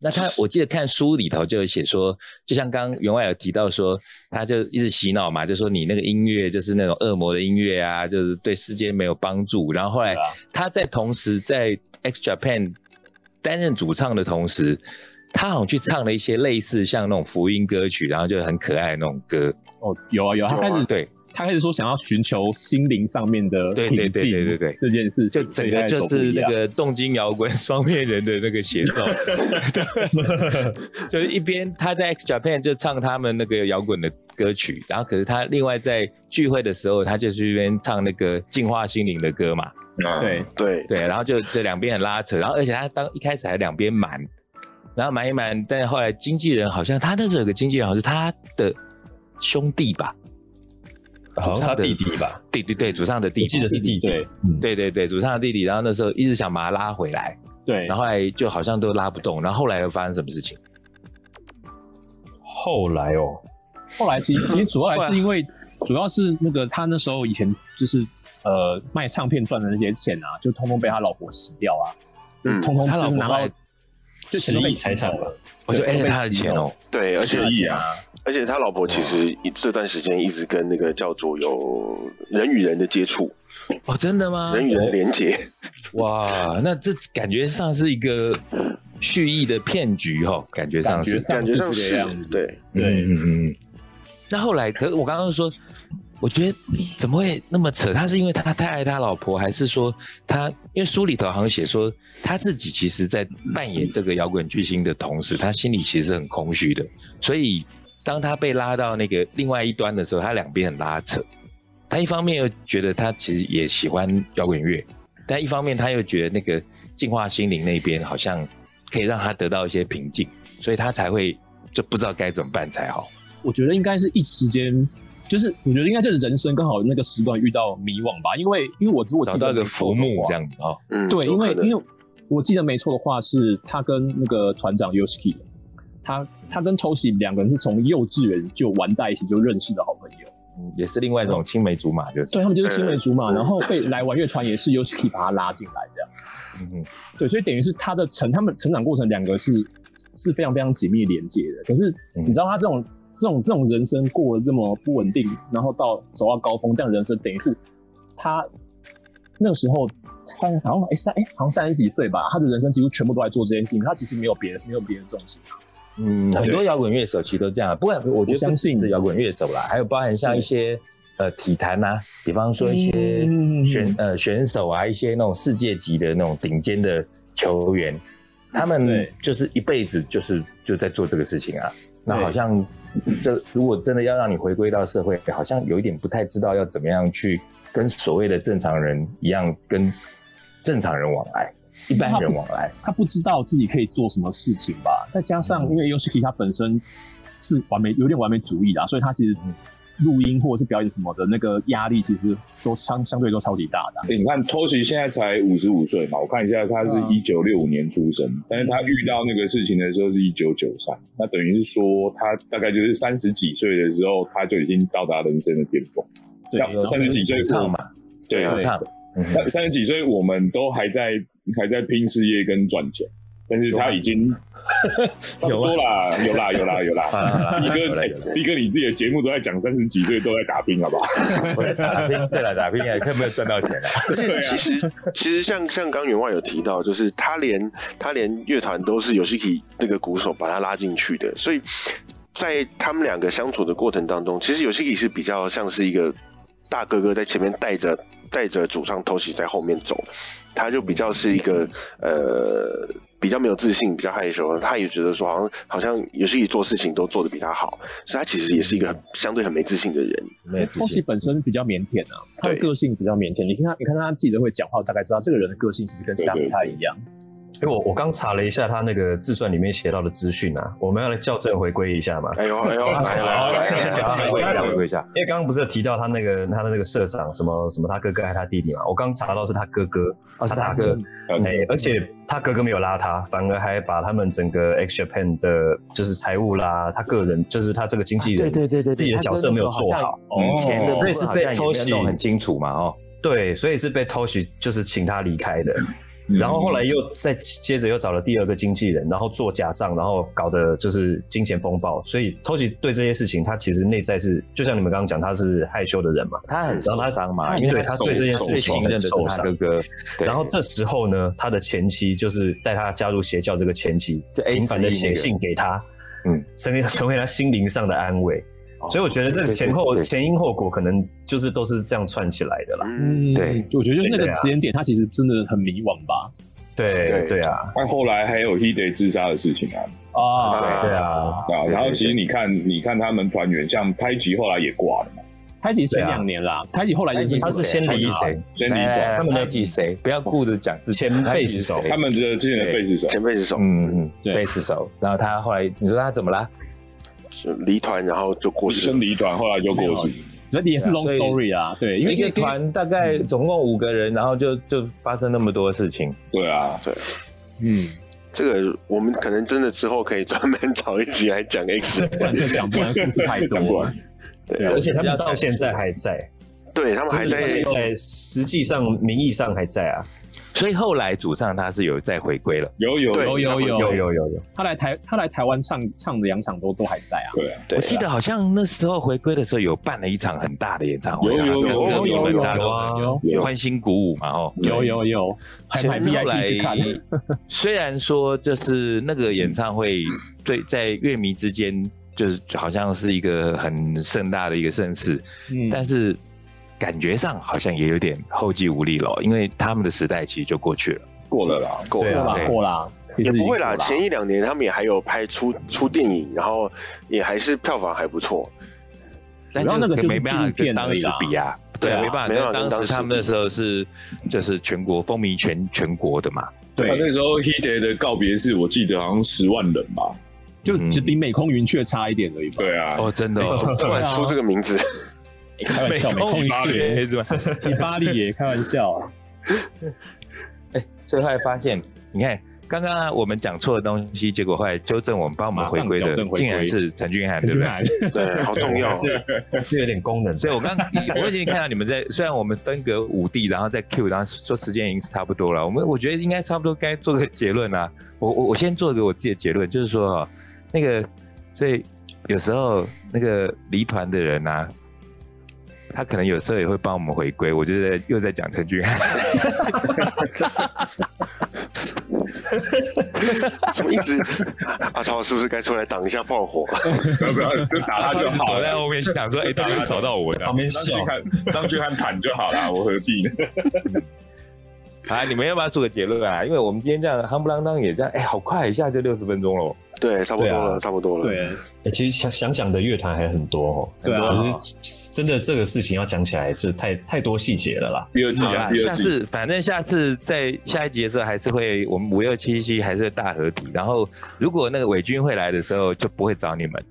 Speaker 2: 那他，我记得看书里头就有写说，就像刚刚员外有提到说，他就一直洗脑嘛，就说你那个音乐就是那种恶魔的音乐啊，就是对世界没有帮助。然后后来他在同时在 X Japan 担任主唱的同时，他好像去唱了一些类似像那种福音歌曲，然后就很可爱的那种歌。
Speaker 5: 哦，有啊有啊，他开
Speaker 1: 有啊
Speaker 5: 始
Speaker 2: 对，
Speaker 5: 他开始说想要寻求心灵上面的
Speaker 2: 对
Speaker 5: 平
Speaker 2: 对对
Speaker 5: 静
Speaker 2: 对对对
Speaker 5: 这件事
Speaker 2: 就
Speaker 5: 情，
Speaker 2: 整
Speaker 5: 所以
Speaker 2: 个
Speaker 5: 他
Speaker 2: 就
Speaker 5: 走不
Speaker 2: 是
Speaker 5: 一
Speaker 2: 那
Speaker 5: 样
Speaker 2: 个重金摇滚 双面人的那个写 照，就是一边他在 X Japan 就唱他们那个摇滚的歌曲，然后可是他另外在聚会的时候，他就去一边唱那个净化心灵的歌嘛，
Speaker 4: 啊，
Speaker 5: 对
Speaker 1: 对，
Speaker 2: 对，然后就这两边很拉扯，然后而且他当一开始还两边瞒，然后瞒一瞒，但是后来经纪人好像他那时候有个经纪人好像是他的兄弟吧，
Speaker 3: 好像他弟弟吧，
Speaker 2: 对对对，祖上的弟
Speaker 3: 我
Speaker 2: 弟
Speaker 3: 记得，是弟弟，
Speaker 5: 对
Speaker 3: 嗯，
Speaker 2: 对对对，祖上的弟弟，然后那时候一直想把他拉回来。
Speaker 5: 对，
Speaker 2: 然后后来就好像都拉不动，然后后来又发生什么事情？
Speaker 3: 后来哦，
Speaker 5: 后来其实其实主要还是因为，主要是那个他那时候以前就是呃卖唱片赚的那些钱啊，就通通被他老婆洗掉啊，
Speaker 1: 嗯，
Speaker 5: 通通
Speaker 2: 他老
Speaker 5: 就是
Speaker 2: 婆
Speaker 5: 拿到
Speaker 2: 还
Speaker 5: 就
Speaker 3: 十
Speaker 5: 钱都被
Speaker 3: 亿
Speaker 5: 洗
Speaker 3: 财产
Speaker 5: 走
Speaker 3: 吧，
Speaker 2: 我就
Speaker 5: 对
Speaker 2: 哎
Speaker 5: 都被
Speaker 2: 他的
Speaker 5: 洗
Speaker 2: 钱
Speaker 5: 走
Speaker 2: 哦，
Speaker 1: 对，而且
Speaker 4: 十亿啊，
Speaker 1: 而且他老婆其实这段时间一直跟那个叫做有人与人的接触，
Speaker 2: 哦真的吗？
Speaker 1: 人与人的连接，
Speaker 2: 哇，那这感觉上是一个蓄意的骗局哦，感觉上是
Speaker 5: 感，
Speaker 1: 感觉上
Speaker 5: 是这
Speaker 1: 是
Speaker 5: 个样子
Speaker 1: 对，
Speaker 2: 嗯
Speaker 5: 对
Speaker 2: 嗯嗯嗯。那后来，可是我刚刚说，我觉得怎么会那么扯？他是因为他太爱他老婆，还是说他因为书里头好像写说他自己其实，在扮演这个摇滚巨星的同时，他心里其实很空虚的，所以当他被拉到那个另外一端的时候，他两边很拉扯。他一方面又觉得他其实也喜欢摇滚乐，但一方面他又觉得那个净化心灵那边好像可以让他得到一些平静，所以他才会就不知道该怎么办才好。
Speaker 5: 我觉得应该是一时间，就是我觉得应该就是人生刚好那个时段遇到迷惘吧，因为因为我如果
Speaker 2: 找
Speaker 5: 记得
Speaker 2: 到一个
Speaker 5: 没错
Speaker 2: 浮
Speaker 5: 的
Speaker 2: 木
Speaker 5: 话
Speaker 2: 这样子哦，
Speaker 1: 嗯，
Speaker 5: 对，
Speaker 1: 有
Speaker 5: 因为
Speaker 1: 可能
Speaker 5: 因为我记得没错的话，是他跟那个团长 Yoshiki，他他跟 Toshi 两个人是从幼稚园就玩在一起就认识的好朋友。
Speaker 2: 嗯也是另外一种青梅竹马，就是
Speaker 5: 对他们就是青梅竹马，
Speaker 1: 嗯
Speaker 5: 然后被来玩乐团也是 Yoshiki 把他拉进来的，
Speaker 2: 嗯嗯
Speaker 5: 对，所以等于是他的成他们成长过程两个是是非常非常紧密连接的。可是
Speaker 2: 嗯
Speaker 5: 你知道他这种、这种这种人生过得这么不稳定，然后到走到高峰这样的人生，等于是他那个时候三好像哎三哎好像三十几岁吧，他的人生几乎全部都在做这件事情，他其实没有别的没有别的重心。
Speaker 2: 嗯，很多摇滚乐手其实都这样。啊不过我觉得
Speaker 5: 我
Speaker 2: 不
Speaker 5: 相
Speaker 2: 只
Speaker 5: 信
Speaker 2: 是摇滚乐手啦，还有包含像一些呃体坛呐、比方说一些
Speaker 5: 嗯
Speaker 2: 选呃选手啊，一些那种世界级的那种顶尖的球员，他们
Speaker 5: 对
Speaker 2: 就是一辈子就是就在做这个事情啊。那
Speaker 5: 对
Speaker 2: 好像这如果真的要让你回归到社会，好像有一点不太知道要怎么样去跟所谓的正常人一样，跟正常人往来，一般人往来。
Speaker 5: 他不知道自己可以做什么事情吧。再加上因为 Yoshiki 他本身是完美有点完美主义的啊、所以他其实录音或者是表演什么的那个压力，其实都相相对都超级大的啊、
Speaker 4: 欸你看 Toshi 现在才五十五岁嘛，我看一下，他是
Speaker 2: 嗯
Speaker 4: 一九六五年出生，但是他遇到那个事情的时候是一九九三，那等于是说他大概就是三十几岁的时候，他就已经到达人生的巅峰。
Speaker 5: 对
Speaker 4: 那三十几岁
Speaker 2: 主唱嘛，
Speaker 4: 对啊
Speaker 2: 主，唱。嗯哼
Speaker 4: 那三十几岁我们都还在还在拼事业跟赚钱，但是他已经差不多啦，有啦有啦有啦。
Speaker 2: 啊
Speaker 4: 一
Speaker 2: 有
Speaker 4: 哥
Speaker 2: 了有了，
Speaker 4: 一哥，你自己的节目都在讲三十几岁都在打拼，好不好？
Speaker 2: 打拼对了，打拼也看没有赚到钱了。
Speaker 1: 而
Speaker 4: 对
Speaker 1: 且
Speaker 4: 啊
Speaker 1: 其 实其实像像刚员外有提到，就是他连他连乐团都是 Yoshiki 那个鼓手把他拉进去的，所以在他们两个相处的过程当中，其实 Yoshiki 是比较像是一个大哥哥在前面带着带着主唱偷袭在后面走，他就比较是一个呃比较没有自信、比较害羞，他也觉得说好像好像也是做事情都做得比他好，所以他其实也是一个很相对很没自信的人。
Speaker 7: 没有自
Speaker 5: 后期
Speaker 7: 信。
Speaker 5: 本身比较腼腆啊，他的
Speaker 1: 对
Speaker 5: 个性比较腼腆。你看他，你看他记者会讲话，大概知道这个人的个性其实跟其他不太一样。
Speaker 3: 因为我我刚查了一下他那个自传里面写到的资讯啊，我们要来校正回归一下嘛。
Speaker 1: 哎呦哎呦，哎来了来了来了来了，
Speaker 7: 回归一下，回归一下。
Speaker 3: 因为刚刚不是有提到他那个他的那个社长什么什么他哥哥还是他弟弟嘛？我刚查到是他哥哥，
Speaker 7: 哦，是大哥，
Speaker 4: 嗯
Speaker 3: 哎、而且他哥哥没有拉他，反而还把他们整个 X Japan 的就是财务啦，他个人就是他这个经纪人，
Speaker 7: 啊对对对对，
Speaker 3: 自己的角色没有做好，
Speaker 4: 哦
Speaker 2: 以前的部
Speaker 3: 那
Speaker 2: 分
Speaker 3: 是
Speaker 2: 好
Speaker 3: 被
Speaker 2: 像也
Speaker 3: 偷
Speaker 2: 没有
Speaker 3: 袭
Speaker 2: 弄很清楚嘛，哦，
Speaker 3: 对，所以是被 Toshi 就是请他离开的。然后后来又再接着又找了第二个经纪人，然后做假账，然后搞的就是金钱风暴。所以 Toshi 对这些事情，他其实内在是就像你们刚刚讲，他是害羞的人嘛。
Speaker 2: 他很受伤嘛，
Speaker 3: 然后他
Speaker 2: 因为
Speaker 3: 对他对这件事情
Speaker 2: 最信任的是
Speaker 3: 很受
Speaker 2: 他
Speaker 3: 伤
Speaker 2: 哥哥，对
Speaker 3: 然后这时候呢，他的前妻就是带他加入邪教这个前妻，
Speaker 2: 就 A
Speaker 3: 频繁的
Speaker 2: 十一那
Speaker 3: 写
Speaker 2: 个
Speaker 3: 信给他，
Speaker 2: 嗯，
Speaker 3: 成为成为他心灵上的安慰。
Speaker 1: 哦
Speaker 3: 所以我觉得这个前后
Speaker 2: 对对对
Speaker 3: 前因后果可能就是都是这样串起来的啦。
Speaker 1: 嗯，
Speaker 2: 对，
Speaker 5: 我觉得就是那个
Speaker 3: 对啊
Speaker 5: 时间点，他其实真的很迷惘吧。
Speaker 3: 对
Speaker 1: 对
Speaker 3: 对啊，
Speaker 4: 但后来还有 Hide 自杀的事情啊，
Speaker 5: 啊，
Speaker 3: 对啊，
Speaker 4: 啊，
Speaker 2: 对
Speaker 4: 然后
Speaker 2: 对
Speaker 4: 其实你看，你看他们团员，像拍吉后来也挂了嘛，
Speaker 5: 他其实前两年啦，他以后来也
Speaker 3: 他是先离
Speaker 2: 谁？
Speaker 4: 先离
Speaker 2: 来来来
Speaker 4: 挂，
Speaker 2: 他们的记谁？不要顾着讲自己
Speaker 3: 前辈子手
Speaker 4: 他们的之前的贝斯手，
Speaker 1: 前辈是手
Speaker 2: 嗯嗯，
Speaker 5: 对
Speaker 2: 贝斯手。然后他后来，你说他怎么啦？
Speaker 1: 就离团，然后就过世
Speaker 4: 生
Speaker 1: 了。
Speaker 4: 离团，后来就过世，
Speaker 5: 所以也是 long
Speaker 2: 对啊所以
Speaker 5: story 啊。对，因为
Speaker 2: 一个团大概总共五个人，然后就就发生那么多事情。
Speaker 4: 对啊，
Speaker 5: 嗯，
Speaker 1: 这个我们可能真的之后可以专门找一集来讲 X。
Speaker 5: 不然就讲不完，故事太
Speaker 4: 讲不
Speaker 5: 多了
Speaker 4: 完。
Speaker 1: 对
Speaker 3: 而且他们到现在还在，
Speaker 1: 对他们还在
Speaker 3: 就是到现在实际上名义上还在啊。
Speaker 2: 所以后来祖上他是有再回归了，
Speaker 4: 有有
Speaker 1: 对
Speaker 5: 有有哦有
Speaker 1: 有
Speaker 3: 有有有，
Speaker 5: 他来台，他来台湾唱唱的两场都都还在啊。
Speaker 4: 对啊，
Speaker 1: 对
Speaker 2: 我记得好像那时候回归的时候有办了一场很大的演唱会啊，
Speaker 4: 有
Speaker 2: 就
Speaker 4: 有
Speaker 2: 是
Speaker 4: 有
Speaker 2: 你们
Speaker 4: 有
Speaker 2: 大
Speaker 3: 有
Speaker 2: 家
Speaker 3: 啊，
Speaker 2: 都欢欣鼓舞嘛，哦。
Speaker 5: 有有有，还买
Speaker 2: 后
Speaker 5: VIP
Speaker 2: 来
Speaker 5: 去看。
Speaker 2: 虽然说就是那个演唱会对在乐迷之间就是好像是一个很盛大的一个盛事，
Speaker 5: 嗯，
Speaker 2: 但是感觉上好像也有点后继无力了，因为他们的时代其实就过去了。
Speaker 4: 过了啦，
Speaker 1: 过
Speaker 3: 对
Speaker 5: 过
Speaker 1: 了
Speaker 2: 对
Speaker 5: 啦过啦，
Speaker 1: 啊
Speaker 5: 其
Speaker 1: 也
Speaker 5: 实已经
Speaker 1: 不
Speaker 5: 过
Speaker 1: 会
Speaker 5: 啦
Speaker 1: 啦，。前一两年他们也还有拍出出电影，然后也还是票房还不错。
Speaker 2: 但
Speaker 5: 主要那个就是
Speaker 2: 没办法
Speaker 5: 纪录
Speaker 2: 跟
Speaker 5: 片
Speaker 2: 当
Speaker 5: 而已
Speaker 2: 时
Speaker 5: 啦
Speaker 2: 比啊，
Speaker 1: 对啊
Speaker 2: 没办法
Speaker 1: 没办法跟当
Speaker 2: 跟当
Speaker 1: 时
Speaker 2: 时他们那时候是就是全国风靡全全国的嘛，
Speaker 4: 他
Speaker 5: 对，
Speaker 4: 啊那时候 Hide 的告别式，我记得好像十万人吧，
Speaker 5: 就
Speaker 2: 嗯
Speaker 5: 只比美空云雀差一点而已吧。
Speaker 4: 对啊，
Speaker 2: 哦，真的、哦，
Speaker 1: 突然出这个 名字，
Speaker 5: 开玩笑，美空云 雀，
Speaker 2: 是吧？
Speaker 5: 你巴黎也开玩笑啊。
Speaker 2: 所以后来发现，你看刚刚啊我们讲错的东西，结果后来纠正我们帮我们回归
Speaker 5: 马
Speaker 2: 的
Speaker 5: 上纠正回，归
Speaker 2: 竟然是陈俊翰，
Speaker 5: 陈
Speaker 2: 对不
Speaker 5: 俊
Speaker 2: 对？
Speaker 5: 南，
Speaker 1: 对，好重要
Speaker 3: 还
Speaker 1: 哦。
Speaker 3: 是还是有点功能。
Speaker 2: 所以我刚我已经看到你们在，虽然我们分隔五地，然后在 Q，然后说时间已 经差不多了，我们我觉得应该差不多该做个结论啦、我我我先做个我自己的结论，就是说哦，那个所以有时候那个离团的人啊。他可能有时候也会帮我们回归，我就在又在讲陈俊翰，
Speaker 1: 怎么一直 阿超是不是该出来挡一下炮 火？
Speaker 4: 要不要就打他就好
Speaker 2: 躲在
Speaker 4: 了？
Speaker 2: 后面想说，哎、他会找到我的
Speaker 3: 旁。边
Speaker 4: 张俊
Speaker 3: 笑，
Speaker 4: 汉，张俊汉坦就好啦，我何必呢？
Speaker 2: 啊，你们要不要做个结论啊？因为我们今天这样夯不啷当也这样，哎、好快，一下就六十分钟了。
Speaker 1: 对，啊差不多了，差不多了。
Speaker 5: 对，
Speaker 3: 欸其实想想讲的乐团还很多哦。
Speaker 5: 对啊
Speaker 3: 其实真的这个事情要讲起来，这太太多细节了啦。
Speaker 4: 第二季
Speaker 2: 好
Speaker 4: 啊，
Speaker 2: 啦，
Speaker 4: 第
Speaker 2: 下
Speaker 4: 二季
Speaker 2: 次反正下次在下一集的时候还是会，我们五六七七还是会大合体。然后如果那个伪军会来的时候，就不会找你们。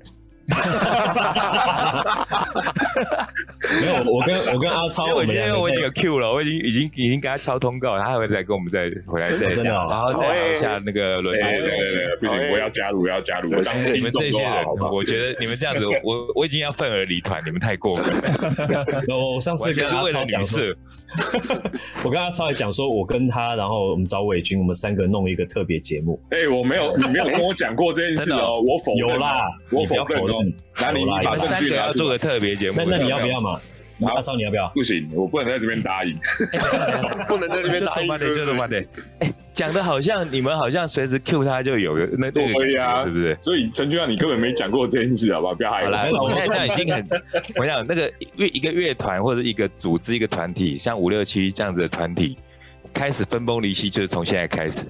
Speaker 3: 没有，我我跟我跟阿超
Speaker 2: 哦因为我今
Speaker 3: 我们
Speaker 2: 天我
Speaker 3: 两个
Speaker 2: 已经有
Speaker 3: 在
Speaker 2: Q 了，我已经已经已经给他敲通告了，他会再跟我们再回来再
Speaker 3: 真的
Speaker 2: 讲，
Speaker 3: 哦
Speaker 2: 然后再聊一下那个轮
Speaker 4: 哎，
Speaker 2: 胎
Speaker 4: 对
Speaker 2: 的东
Speaker 4: 对
Speaker 2: 西。
Speaker 4: 对，不行，我要加入，我要加入，我当
Speaker 2: 你
Speaker 4: 听
Speaker 2: 们
Speaker 4: 众
Speaker 2: 这
Speaker 4: 都
Speaker 2: 些人
Speaker 4: 好，好，吧？
Speaker 2: 我觉得你们这 样子，我我已经要愤而离团，你们太过分了，
Speaker 3: 我我上次
Speaker 2: 完
Speaker 3: 跟
Speaker 2: 全是
Speaker 3: 阿
Speaker 2: 为了
Speaker 3: 超
Speaker 2: 女
Speaker 3: 讲说，
Speaker 2: 色。
Speaker 3: 我跟阿超也讲说，我跟他，然后我们找伟军，我们三个弄一个特别节目。
Speaker 4: 哎，我没有，你没有跟我讲过这件事
Speaker 2: 真的
Speaker 4: 哦，我否认哦
Speaker 3: 有啦，
Speaker 4: 我
Speaker 3: 你不要
Speaker 4: 否认
Speaker 3: 否
Speaker 4: 哦
Speaker 3: 认。
Speaker 4: 那你
Speaker 3: 有啦
Speaker 4: 你把
Speaker 3: 有
Speaker 4: 证
Speaker 2: 哎
Speaker 3: 啦
Speaker 2: 三
Speaker 4: 据
Speaker 2: 个
Speaker 4: 拿
Speaker 2: 要
Speaker 4: 出
Speaker 2: 做个
Speaker 4: 来，
Speaker 2: 特别节目，
Speaker 3: 那那你要不要嘛？
Speaker 4: 好
Speaker 3: 阿超你要不要？
Speaker 4: 不行，我不能在这边答应。
Speaker 1: 不能在这边
Speaker 2: 就
Speaker 1: 打
Speaker 2: 他
Speaker 1: 一
Speaker 2: 妈的，就他
Speaker 1: 针。
Speaker 2: 妈的，哎，讲的好像你们好像随时 Q 他就有个那那个
Speaker 4: 对
Speaker 2: 感
Speaker 4: 啊
Speaker 2: 觉，是不是？
Speaker 4: 所以陈俊翰，你根本没讲过这件事，好不好？不要害
Speaker 2: 好啦
Speaker 4: 哎我。，
Speaker 2: 我现在已经很，我想那个乐一个乐团或者一个组织一个团体，像五六七这样子的团体，开始分崩离析，就是从现在开始。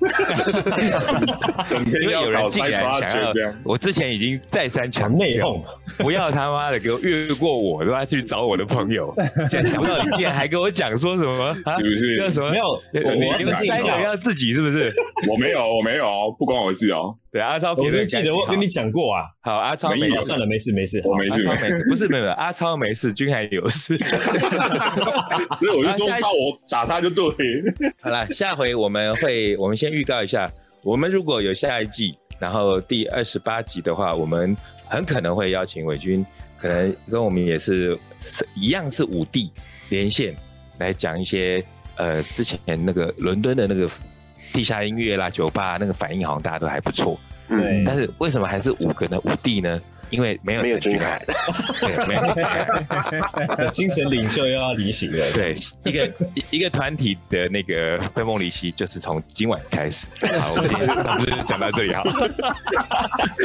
Speaker 4: 整
Speaker 2: 因
Speaker 4: 天
Speaker 2: 为
Speaker 4: 要
Speaker 2: 有人
Speaker 4: 搞
Speaker 2: 进
Speaker 4: 三八
Speaker 2: 来
Speaker 4: 九
Speaker 2: 想要
Speaker 4: 这样，，
Speaker 2: 我之前已经再三强
Speaker 3: 内
Speaker 2: 调
Speaker 3: 讧，
Speaker 2: 不要他妈的给我越过我，他妈去找我的朋友。现在想不到你竟然还跟我讲说什么啊？
Speaker 4: 是不是
Speaker 2: 叫什么？
Speaker 3: 没有，我
Speaker 2: 你
Speaker 3: 我要
Speaker 2: 你
Speaker 3: 澄
Speaker 2: 们
Speaker 3: 清一
Speaker 2: 三个
Speaker 3: 下，
Speaker 2: 要自己是不是？
Speaker 4: 我没有，我没有哦，不关我的事哦，
Speaker 2: 对，阿超
Speaker 3: 我
Speaker 2: 别
Speaker 3: 是
Speaker 2: 人
Speaker 3: 记得我跟你讲过啊。
Speaker 2: 好，阿超没
Speaker 4: 没
Speaker 3: 啊
Speaker 4: 意
Speaker 2: 事
Speaker 4: 思
Speaker 3: 算。了，没事没事。
Speaker 4: 我没
Speaker 2: 阿
Speaker 4: 事
Speaker 2: 超
Speaker 4: 没
Speaker 2: 没
Speaker 4: 事，
Speaker 2: 事，不是没有没有，阿超没事，君涵有事。
Speaker 4: 所以我就说
Speaker 2: 啊下一集
Speaker 4: 怕我打他就对了，
Speaker 2: 好啦，下回我们会，我们先预告一下，我们如果有下一季，然后第二十八集的话，我们很可能会邀请伟军，可能跟我们也是是一样是五地连线来讲一些呃之前那个伦敦的那个地下音乐啦、酒吧那个反应好像大家都还不错，
Speaker 1: 嗯，
Speaker 3: 对
Speaker 2: 但是为什么还是五个呢？五地呢？因为没有
Speaker 1: 没有
Speaker 2: 陈
Speaker 1: 君海，
Speaker 2: 对，没有陈君 涵。
Speaker 3: 精神领袖又要离席了。
Speaker 2: 对，一个一一个团体的那个分崩离析，就是从今晚开始。好，我们今天我们就讲到这里好，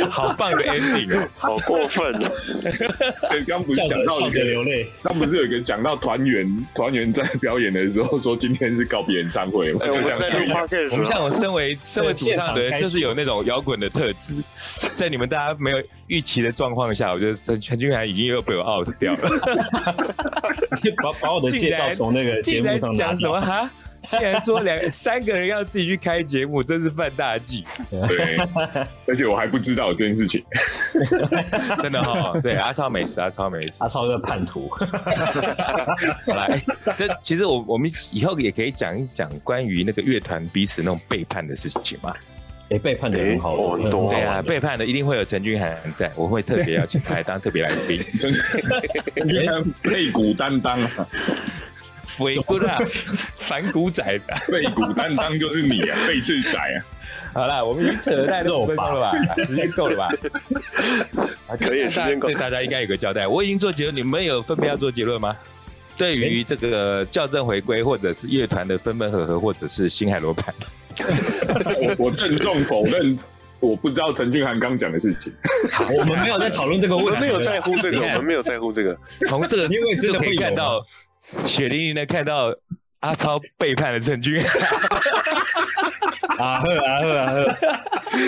Speaker 2: 好棒的 ending 哦！
Speaker 1: 好过分啊！
Speaker 4: 对刚不是
Speaker 3: 笑
Speaker 4: 讲
Speaker 3: 着
Speaker 4: 到
Speaker 3: 笑
Speaker 4: 一
Speaker 3: 着
Speaker 4: 个
Speaker 3: 流泪，
Speaker 4: 刚不是有一个讲到团员，团员在表演的时候说今天是告别演唱会吗？
Speaker 1: 哎，我们
Speaker 4: 就像
Speaker 1: 在录 podcast，
Speaker 2: 我们像我身为身为主唱的
Speaker 3: 现场开
Speaker 2: 人，
Speaker 3: 除
Speaker 2: 就是有那种摇滚的特质，在你们大家没有预期的状况下，我觉得陈陈俊涵已经又被我 out 掉了。
Speaker 3: 把把我的介绍从那个节
Speaker 2: 竟
Speaker 3: 目
Speaker 2: 然
Speaker 3: 上拿
Speaker 2: 讲什
Speaker 3: 掉
Speaker 2: 么。哈？竟然说两三个人要自己去开节目，真是犯大忌，
Speaker 4: 对，而且我还不知道这件事情，
Speaker 2: 真的哈、哦。对，阿超没事，阿超没事。
Speaker 3: 阿超是叛徒，
Speaker 2: 好啦，哎这其实我我们以后也可以讲一讲关于那个乐团彼此那种背叛的事情嘛。
Speaker 3: 哎，背叛的很好
Speaker 1: 哎哦
Speaker 3: 玩，
Speaker 1: 很多
Speaker 3: 很好
Speaker 2: 对
Speaker 3: 玩
Speaker 2: 啊，背叛的一定会有陈俊涵在，我会特别邀请他来当特别来 宾。
Speaker 4: 你看背骨担当啊，
Speaker 2: 鬼姑啊，反骨仔的。
Speaker 4: 背骨担当就是你啊，背刺仔啊，
Speaker 2: 好啦，我们已经扯太多分钟了吧？时间够了 吧？啊
Speaker 1: 可以时间够
Speaker 2: 对大家应该有个交代。我已经做结论，你们有分别要做结论吗？对于这个校正回归，或者是乐团的分分合合，或者是星海罗盘，
Speaker 4: 我我郑重否认。我不知道陈俊涵刚讲的事情，
Speaker 3: 我们没有在讨论这个
Speaker 1: 我
Speaker 3: 问
Speaker 1: 们
Speaker 3: 题，
Speaker 1: 没有在乎这个，
Speaker 2: 你
Speaker 1: 我
Speaker 2: 看
Speaker 1: 们没有在乎这个，
Speaker 2: 从这个
Speaker 3: 因为真
Speaker 2: 就
Speaker 3: 的
Speaker 2: 可
Speaker 3: 会
Speaker 2: 以
Speaker 3: 有
Speaker 2: 看到血淋淋的看到阿超背叛了郑钧，
Speaker 3: 阿赫阿赫阿赫，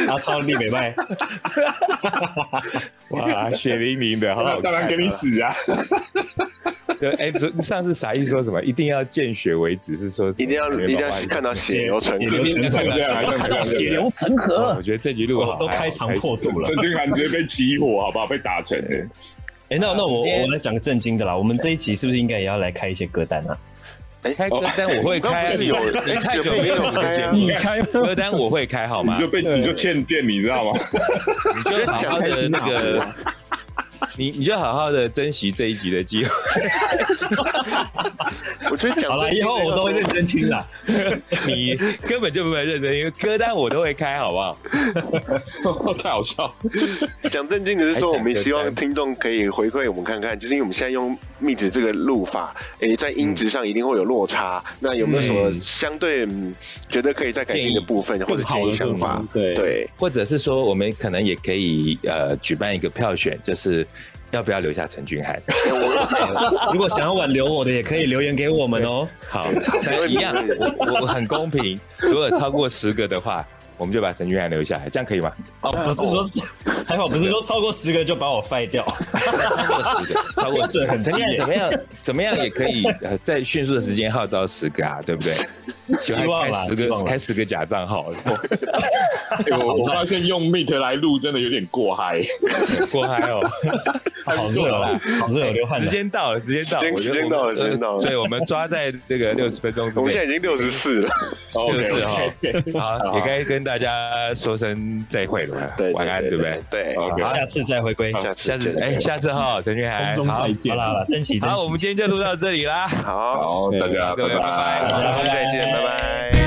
Speaker 3: 阿啊超立 北拜，
Speaker 2: 哇，血淋淋的，好好看啊
Speaker 4: 当然给你。死啊！
Speaker 2: 对，哎，不是上次傻一说什么，一定要见血为止，是说什么
Speaker 1: 一定要一定要看
Speaker 2: 到。
Speaker 1: 到血流成
Speaker 3: 血
Speaker 1: 河
Speaker 3: 流。成河
Speaker 4: 这样
Speaker 3: 了，
Speaker 4: 啊，看到
Speaker 5: 血流成河
Speaker 2: 哦 我。觉得这集录
Speaker 3: 我
Speaker 2: 好
Speaker 3: 哦都开肠破。肚了
Speaker 4: 陈。俊涵直接被激活，好不好？被打成的，
Speaker 3: 哎，那那我
Speaker 2: 今天
Speaker 3: 我来讲个正经的啦，我们这一集是不是应该也要来开一些歌单啊？
Speaker 2: 还可以开歌单我会
Speaker 1: 刚
Speaker 2: 开
Speaker 1: 不
Speaker 2: 啊，
Speaker 1: 是有
Speaker 2: 你
Speaker 1: 哎
Speaker 2: 太
Speaker 1: 雪
Speaker 2: 久
Speaker 1: 妹
Speaker 2: 没有
Speaker 1: 有开啊
Speaker 2: 你开歌单我会开好吗
Speaker 4: 你？就被你就欠电，你知道吗？
Speaker 2: 你就好好的那
Speaker 5: 不要讲
Speaker 2: 个，
Speaker 1: 啊
Speaker 2: 你你就好好的珍惜这一集的机会。
Speaker 1: 我觉得讲
Speaker 3: 好了，
Speaker 1: 这
Speaker 3: 以后我都会认真 听啦。
Speaker 2: 你根本就没有认真，因为歌单我都会开，好不好？
Speaker 4: 太好笑了，
Speaker 1: 讲正经的是说，我
Speaker 2: 还
Speaker 1: 们
Speaker 2: 讲
Speaker 1: 希
Speaker 2: 简
Speaker 1: 望
Speaker 2: 单
Speaker 1: 听众可以回馈我们看看，就是因为我们现在用密子这个录法，诶、在音质上一定会有落差。那有没有什么相对、嗯、觉得可以再改进的部分，或者建议想法？
Speaker 5: 对，
Speaker 1: 对，
Speaker 2: 或者是说，我们可能也可以呃举办一个票选，就是 要不要留下陈俊 涵？
Speaker 3: 如果想要挽留我的，也可以留言给我们哦。
Speaker 2: 好，那一样，我我我很公平，如果超过十个的话，我们就把陈俊涵留下来，这样 可以吗？
Speaker 3: 哦，不是说还好，不是说超过十个就把我废 掉。
Speaker 2: 超过十个，超过十
Speaker 3: 标准
Speaker 2: 个，
Speaker 3: 很
Speaker 2: 怎
Speaker 3: 低
Speaker 2: 么样？
Speaker 3: 耶
Speaker 2: 怎么样？怎么样也可以呃在迅速的时间号召十个啊，对不对？就
Speaker 3: 希望
Speaker 2: 开
Speaker 3: 啦
Speaker 2: 十
Speaker 3: 希望
Speaker 2: 个，
Speaker 3: 啦
Speaker 2: 开十个假账号，
Speaker 4: 哎我我发现用 Meet 来录真的有点过 嗨。
Speaker 2: 过嗨 哦！
Speaker 3: 好热哦，好热哦，流汗
Speaker 2: 时
Speaker 3: 了。
Speaker 2: 间到了，时间
Speaker 1: 时
Speaker 2: 到了，
Speaker 1: 间
Speaker 2: 我觉得
Speaker 1: 时间到了
Speaker 2: 我们呃
Speaker 1: 时间到了
Speaker 2: 对，我们抓在这个六十分钟之
Speaker 1: 我们
Speaker 2: 内
Speaker 1: 现。在已经六十四了，
Speaker 2: 就是哈
Speaker 4: OK，OK，
Speaker 2: 好，也该跟大家说声再会了吧，
Speaker 1: 对，
Speaker 2: 晚安，对
Speaker 1: 对
Speaker 2: 不对？？
Speaker 1: 对，
Speaker 4: OK，
Speaker 3: 下次再回归。好
Speaker 1: 下
Speaker 2: 下
Speaker 1: 次
Speaker 2: 次
Speaker 1: 见，
Speaker 2: 哎，下次哈，陈俊海，
Speaker 5: 空中
Speaker 2: 好
Speaker 5: 再，见，
Speaker 3: 啦好啦，珍惜珍惜。
Speaker 2: 好，我们今天就录到这里啦，
Speaker 1: 好，
Speaker 4: 好，大家
Speaker 2: 各位拜
Speaker 4: 拜拜
Speaker 2: 拜。
Speaker 1: 再见，拜拜。